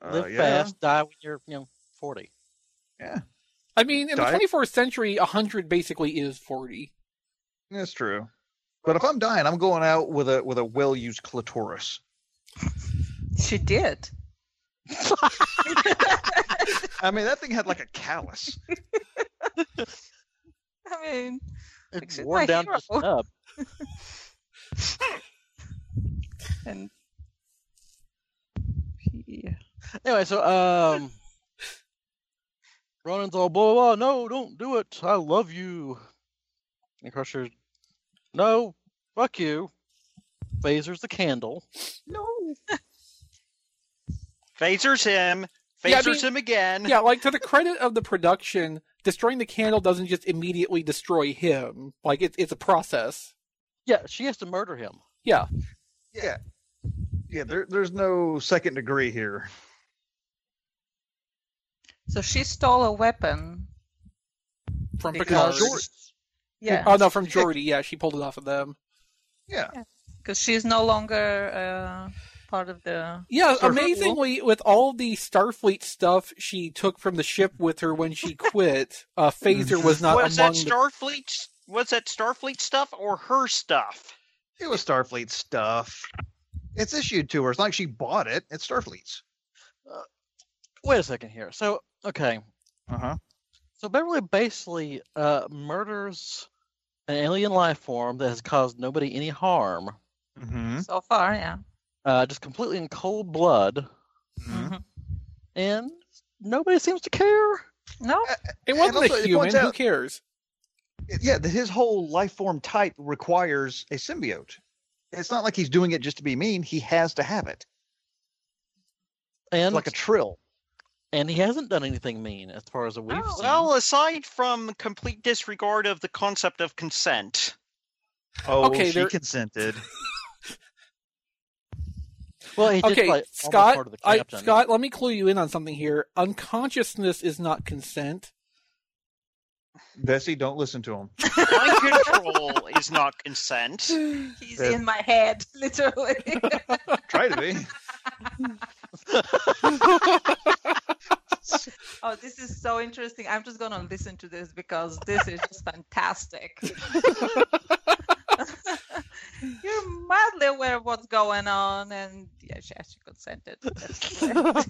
Uh,
live fast, die when you're, you know, 40.
I mean, in
Diet-
the 24th century, 100 basically is 40.
That's true. But if I'm dying, I'm going out with a with a well used clitoris.
She did.
I mean, that thing had like a callus.
I mean, Like,
It's
she's
worn
my
down
hero.
to the nub.
and yeah.
Anyway, so, um, Ronan's all, blah, blah, blah, no, don't do it. I love you. And Crusher, no, fuck you. Phaser's the candle.
Phasers him.
Yeah, I
Phasers him again.
Yeah, like to the credit of the production, destroying the candle doesn't just immediately destroy him. Like it's it's a process.
Yeah, she has to murder him.
Yeah,
Yeah. Yeah, there, there's no second degree here.
So she stole a weapon.
from Picard.
Because-
Yeah.
Yeah,
Oh no, from Geordi. Yeah, she pulled it off of them.
Yeah.
because she's no longer uh, part of the.
Yeah,
Sure.
amazingly, with all the Starfleet stuff she took from the ship with her when she quit, uh, Phaser was not
was
among
that
the-
Starfleet? Was that Starfleet stuff or her stuff?
It was Starfleet stuff. It's issued to her. It's not like she bought it. It's Starfleet's.
Wait a second here. So, okay.
Uh huh.
So Beverly basically uh, murders an alien life form that has caused nobody any harm,
Hmm?
Mm-hmm.
So far, yeah.
uh, just completely in cold blood,
Hmm?
mm-hmm.
Mhm.
and nobody seems to care.
No,
It wasn't
also
a
it
human.
points
Who
out-
cares?
Yeah, that his whole life form type requires a symbiote. It's not like he's doing it just to be mean. He has to have it. It's
And
like a trill.
and he hasn't done anything mean as far as we've
Oh,
Mm-hmm.
seen.
Well, aside from complete disregard of the concept of consent,
Oh,
Okay,
she
there-
consented.
Well, he did
okay,
play almost
Scott.
part of the
I,
captain.
Scott, let me clue you in on something here. Unconsciousness is not consent.
Bessie, don't listen to him.
mind control is not consent.
he's
Yeah.
in my head, literally.
Try to be.
oh, this is so interesting. I'm just going to listen to this because this is just fantastic. You're madly aware of what's going on, and yeah, she actually consented. That's correct.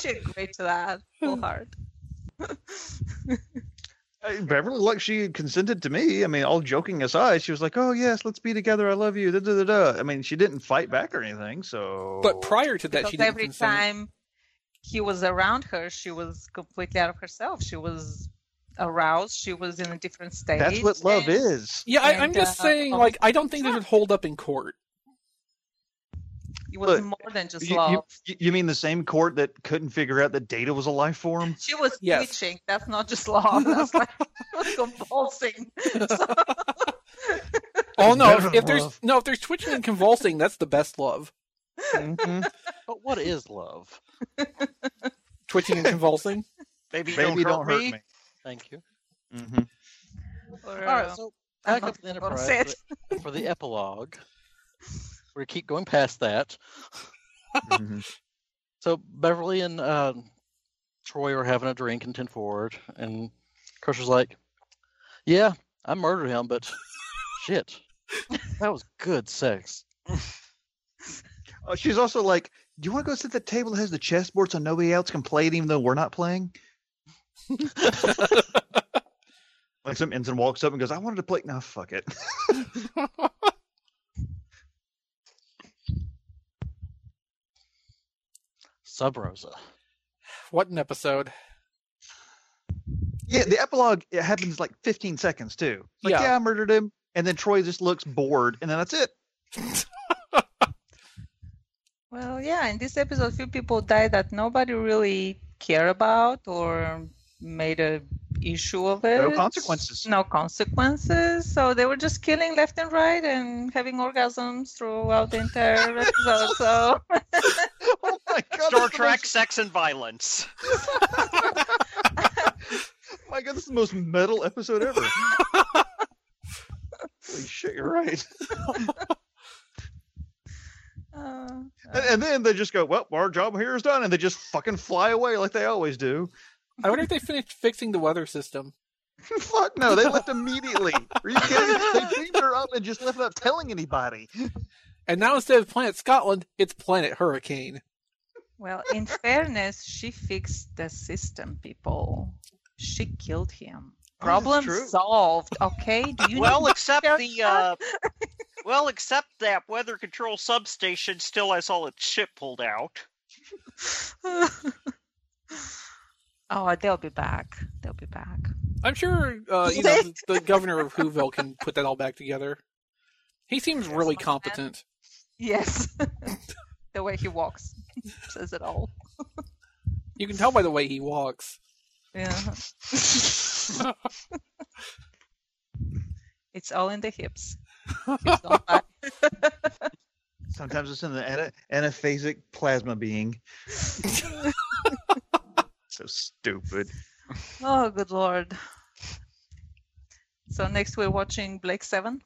she agreed to that
Hmm.
full heart.
Uh, Beverly, like she had consented to me. I mean, all joking aside, she was like, "Oh yes, let's be together. I love you." Da, da, da, da. I mean, she didn't fight back or anything. So,
But prior to that, she
because
didn't
every
consent.
time he was around her, she was completely out of herself. She was aroused. She was in a different state.
that's what love
and-
is.
Yeah, I, I'm
And,
just
uh,
saying.
um,
Like, I don't think this would hold up in court.
It was
Look,
more than just
You,
love.
you, you mean the same court that couldn't figure out that Data was a life form?
She was
Yes.
twitching. That's not just love. That's like she was convulsing. So-
Oh no!
Better
If, if there's
love.
no, if there's twitching and convulsing, that's the best love.
Mhm.
But what is love?
Twitching and convulsing.
Baby,
Baby,
don't hurt me.
Thank you.
Mhm.
or,
All right,
uh,
so
I'm
back
not
up to the
gonna
Enterprise
say
for the, for the epilogue. We keep going past that.
Mhm.
So Beverly and uh, Troy are having a drink in Ten Forward, and Crusher's like, "Yeah, I murdered him, but shit, that was good sex."
Uh, she's also like, "Do you want to go sit at the table that has the chessboard so nobody else can play it, even though we're not playing?" like some ensign walks up and goes, "I wanted to play." No, fuck it.
Sub Rosa.
What an episode!
Yeah, the epilogue it happens like 15 seconds too. It's Like,
Yeah.
yeah. I murdered him, and then Troy just looks bored, and then that's it.
Well, yeah, in this episode, few people died that nobody really care about or made a issue of it.
No consequences.
No consequences. So they were just killing left and right and having orgasms throughout the entire episode. So
Oh my god,
Star
that's the
Trek, sex and violence.
most- my god, this is the most metal episode ever. Holy shit, you're right.
uh,
And, and then they just go, "Well, our job here is done," and they just fucking fly away like they always do.
I wonder if they finished fixing the weather system.
Fuck no, they left immediately. Are you kidding? They beamed her up and just left without telling anybody.
And now instead of Planet Scotland, it's Planet Hurricane.
well, in fairness, she fixed the system, people. She killed him. Problem
true.
solved. Okay. Do you
Well,
need
except
Star
the uh, well, except that weather control substation still has all its shit pulled out.
oh, they'll be back. They'll be back.
I'm sure uh, you know the, the governor of Whoville can put that all back together. He seems really competent.
Yes. the way he walks says it all.
You can tell by the way he walks.
Yeah. it's all in the hips. Hips don't lie.
Sometimes it's in the ana- anaphasic plasma being. so stupid.
oh, good lord. So next we're watching Blake Seven.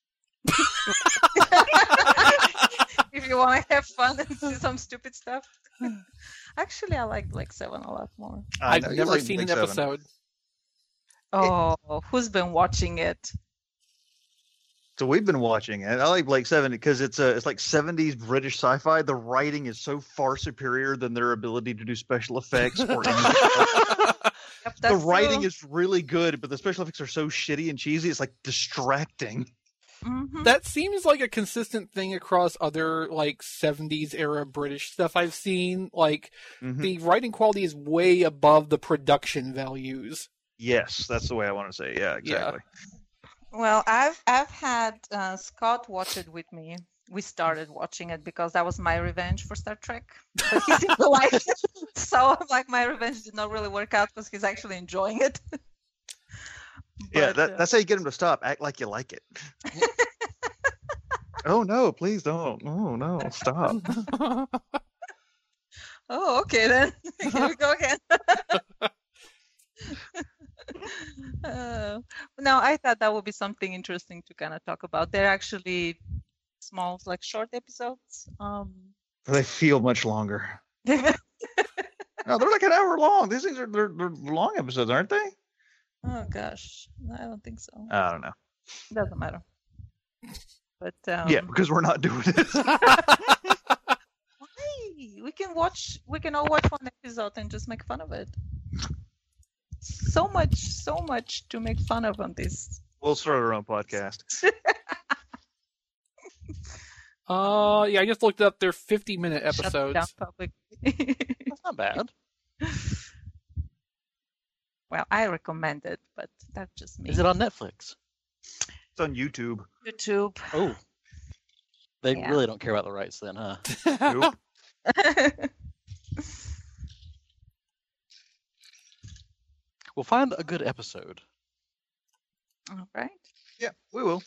if you want to have fun and see some stupid stuff. Actually, I like Blake Seven a lot more.
I
I've
know, you
never
like
seen an
Big Seven.
episode.
Oh, who's been watching it?
So we've been watching it. I like Blake Seven because it's a it's like seventies British sci-fi. The writing is so far superior than their ability to do special effects or anything.
Yep.
the
That's
writing
true.
is really good, but the special effects are so shitty and cheesy. It's like distracting.
Mhm.
That seems like a consistent thing across other like 70s era British stuff I've seen. Like
Mm-hmm.
the writing quality is way above the production values.
Yes, that's the way I want to say. it. Yeah, exactly.
Well, I've I've had uh, Scott watch it with me. We started watching it because that was my revenge for Star Trek. But he didn't like it, so like my revenge did not really work out because he's actually enjoying it.
Yeah,
But,
that,
uh,
that's how you get them to stop. Act like you like it. oh no, please don't. Oh no, stop.
Uh,
Oh, okay then. Here we go again. uh, no, I thought that would be something interesting to kind of talk about. They're actually small, like short episodes. Um, oh,
They feel much longer. No, they're like an hour long. These things are they're, they're long episodes, aren't they?
oh gosh, I don't think so.
I don't know.
Doesn't matter. But um,
yeah, because we're not doing it.
hey, we can watch. We can all watch one episode and just make fun of it. So much, so much to make fun of on this.
we'll start our own podcast.
Uh, yeah, I just looked up their 50 minute
Shut down
episodes.
publicly.
That's not bad.
well, I recommend it, but that's just me.
Is it on Netflix?
It's on YouTube.
YouTube?
Oh. They
Yeah.
really don't care about the rights then, huh?
Nope.
We'll find a good episode.
all right.
yeah, we will.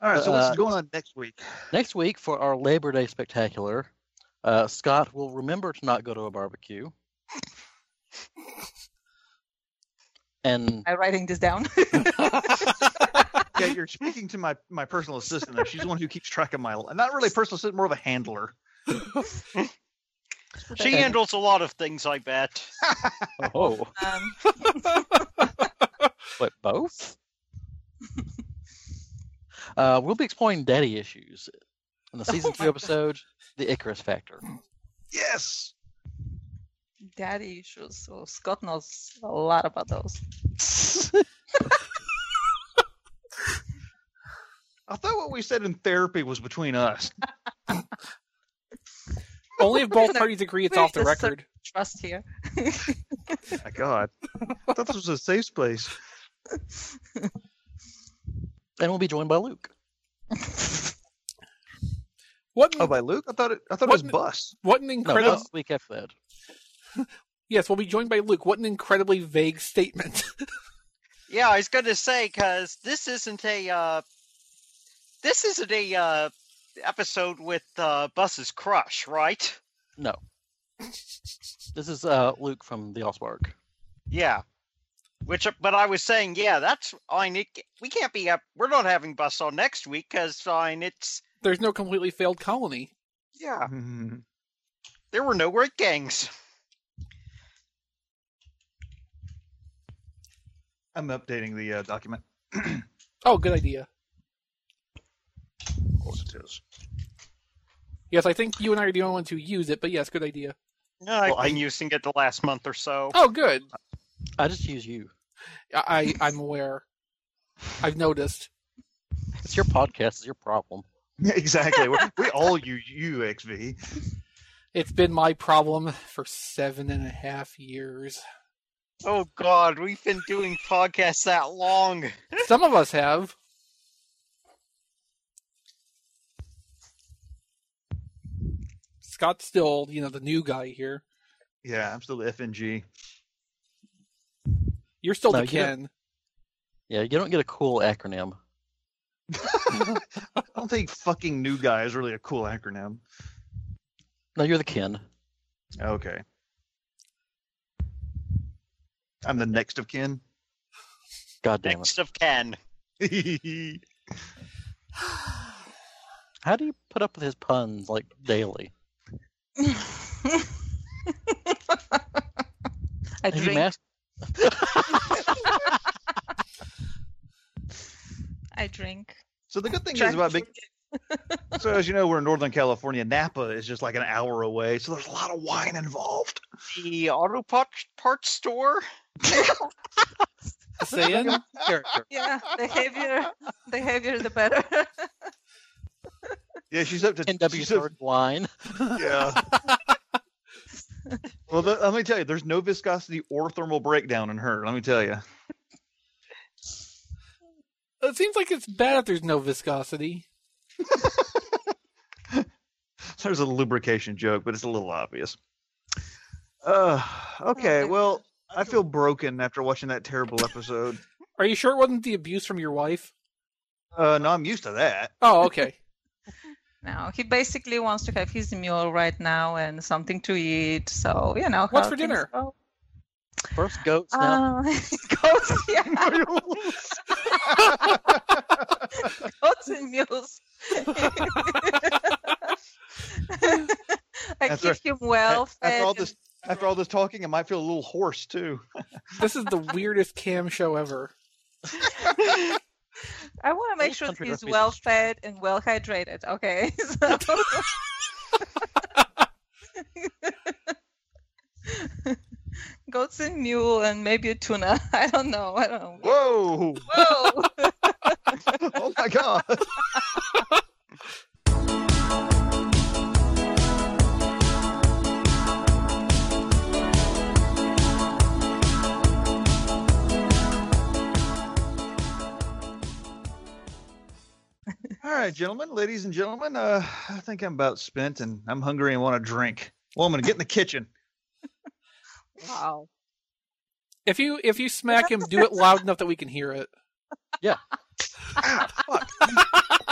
All right. So what's
Uh,
going on next week?
Next week for our Labor Day spectacular, uh, Scott will remember to not go to a barbecue. and
I'm writing this down.
Yeah, you're speaking to my my personal assistant. There. She's the one who keeps track of my. Not really a personal assistant, more of a handler.
She handles a lot of things, I bet.
oh,
um,
but both. uh, we'll be exploring daddy issues in the season two episode, "The Icarus Factor."
Yes.
daddy issues. So Scott knows a lot about those.
I thought what we said in therapy was between us.
Only if both parties agree it's off the
Wait, this is a-
record.
Trust here.
My God. I thought this was a safe space.
And we'll be joined by Luke.
What
Oh, by Luke? I thought it. I thought it was Bus.
what an
No,
incredible
last week after that.
Yes, we'll be joined by Luke. What an incredibly vague statement.
Yeah, I was going to say because this isn't a uh, this isn't a uh, episode with uh, Bus's crush, right?
No. This is uh, Luke from the Allspark.
Yeah. Which, but I was saying, yeah, that's I need. We can't be up. We're not having Bus on next week because fine. It's
There's no completely failed colony.
yeah.
Hmm.
There were no great gangs.
I'm updating the uh, document.
Oh, good idea.
Of course it is.
Yes, I think you and I are the only ones who use it, but yes, good idea.
No, I've
Well, I-
been using it the last month or so.
Oh, good.
I just use you.
I, I I'm aware. I've noticed.
It's your podcast. It's your problem.
Yeah, exactly. We're, we all use UXV.
It's been my problem for seven and a half years.
Oh God, we've been doing podcasts that long.
Some of us have. Scott's still, you know, the new guy here.
Yeah, I'm still the FNG.
You're still
No,
the
you don't-
Ken.
Yeah, you don't get a cool acronym.
I don't think fucking new guy is really a cool acronym.
No, you're the kin.
Okay. I'm the next of kin.
God damn it.
Next of Ken.
I
How do you put up with his puns like daily?
I
Have you
drink.
mas-
I drink.
So the good thing
Trying
is about
to
big. so as you know, we're in Northern California. Napa is just like an hour away, so there's a lot of wine involved.
the auto parts parts store.
Saying,
Character.
Yeah, the heavier, the heavier, the better.
Yeah, she's up to
NW
she's up-
third line.
Yeah. well, th- let me tell you, there's no viscosity or thermal breakdown in her. Let me tell you.
it seems like it's bad if there's no viscosity.
There's a lubrication joke, but it's a little obvious. Uh, okay,
Okay.
well, I feel broken after watching that terrible episode.
Are you sure it wasn't the abuse from your wife?
Uh, no, I'm used to that.
Oh, okay.
No, he basically wants to have his meal right now and something to eat. So you know,
What's
how
for
things
dinner?
go.
First goats now.
Uh, goats, yeah, goats and mules. I
That's
keep
right.
him well fed.
after all
and-
this, after all this talking, I might feel a little hoarse too.
This is the weirdest cam show ever.
I want to make
Those
sure
country
he's
recipes are
well fed and well hydrated. Okay. So. Goats and mule and maybe a tuna. I don't know. I don't know.
Whoa!
Whoa.
Oh my god! All right, gentlemen, ladies and gentlemen, uh, I think I'm about spent and I'm hungry and want a drink. Woman, get in the kitchen.
wow.
If you if you smack him, do it loud enough that we can hear it.
Ah, fuck.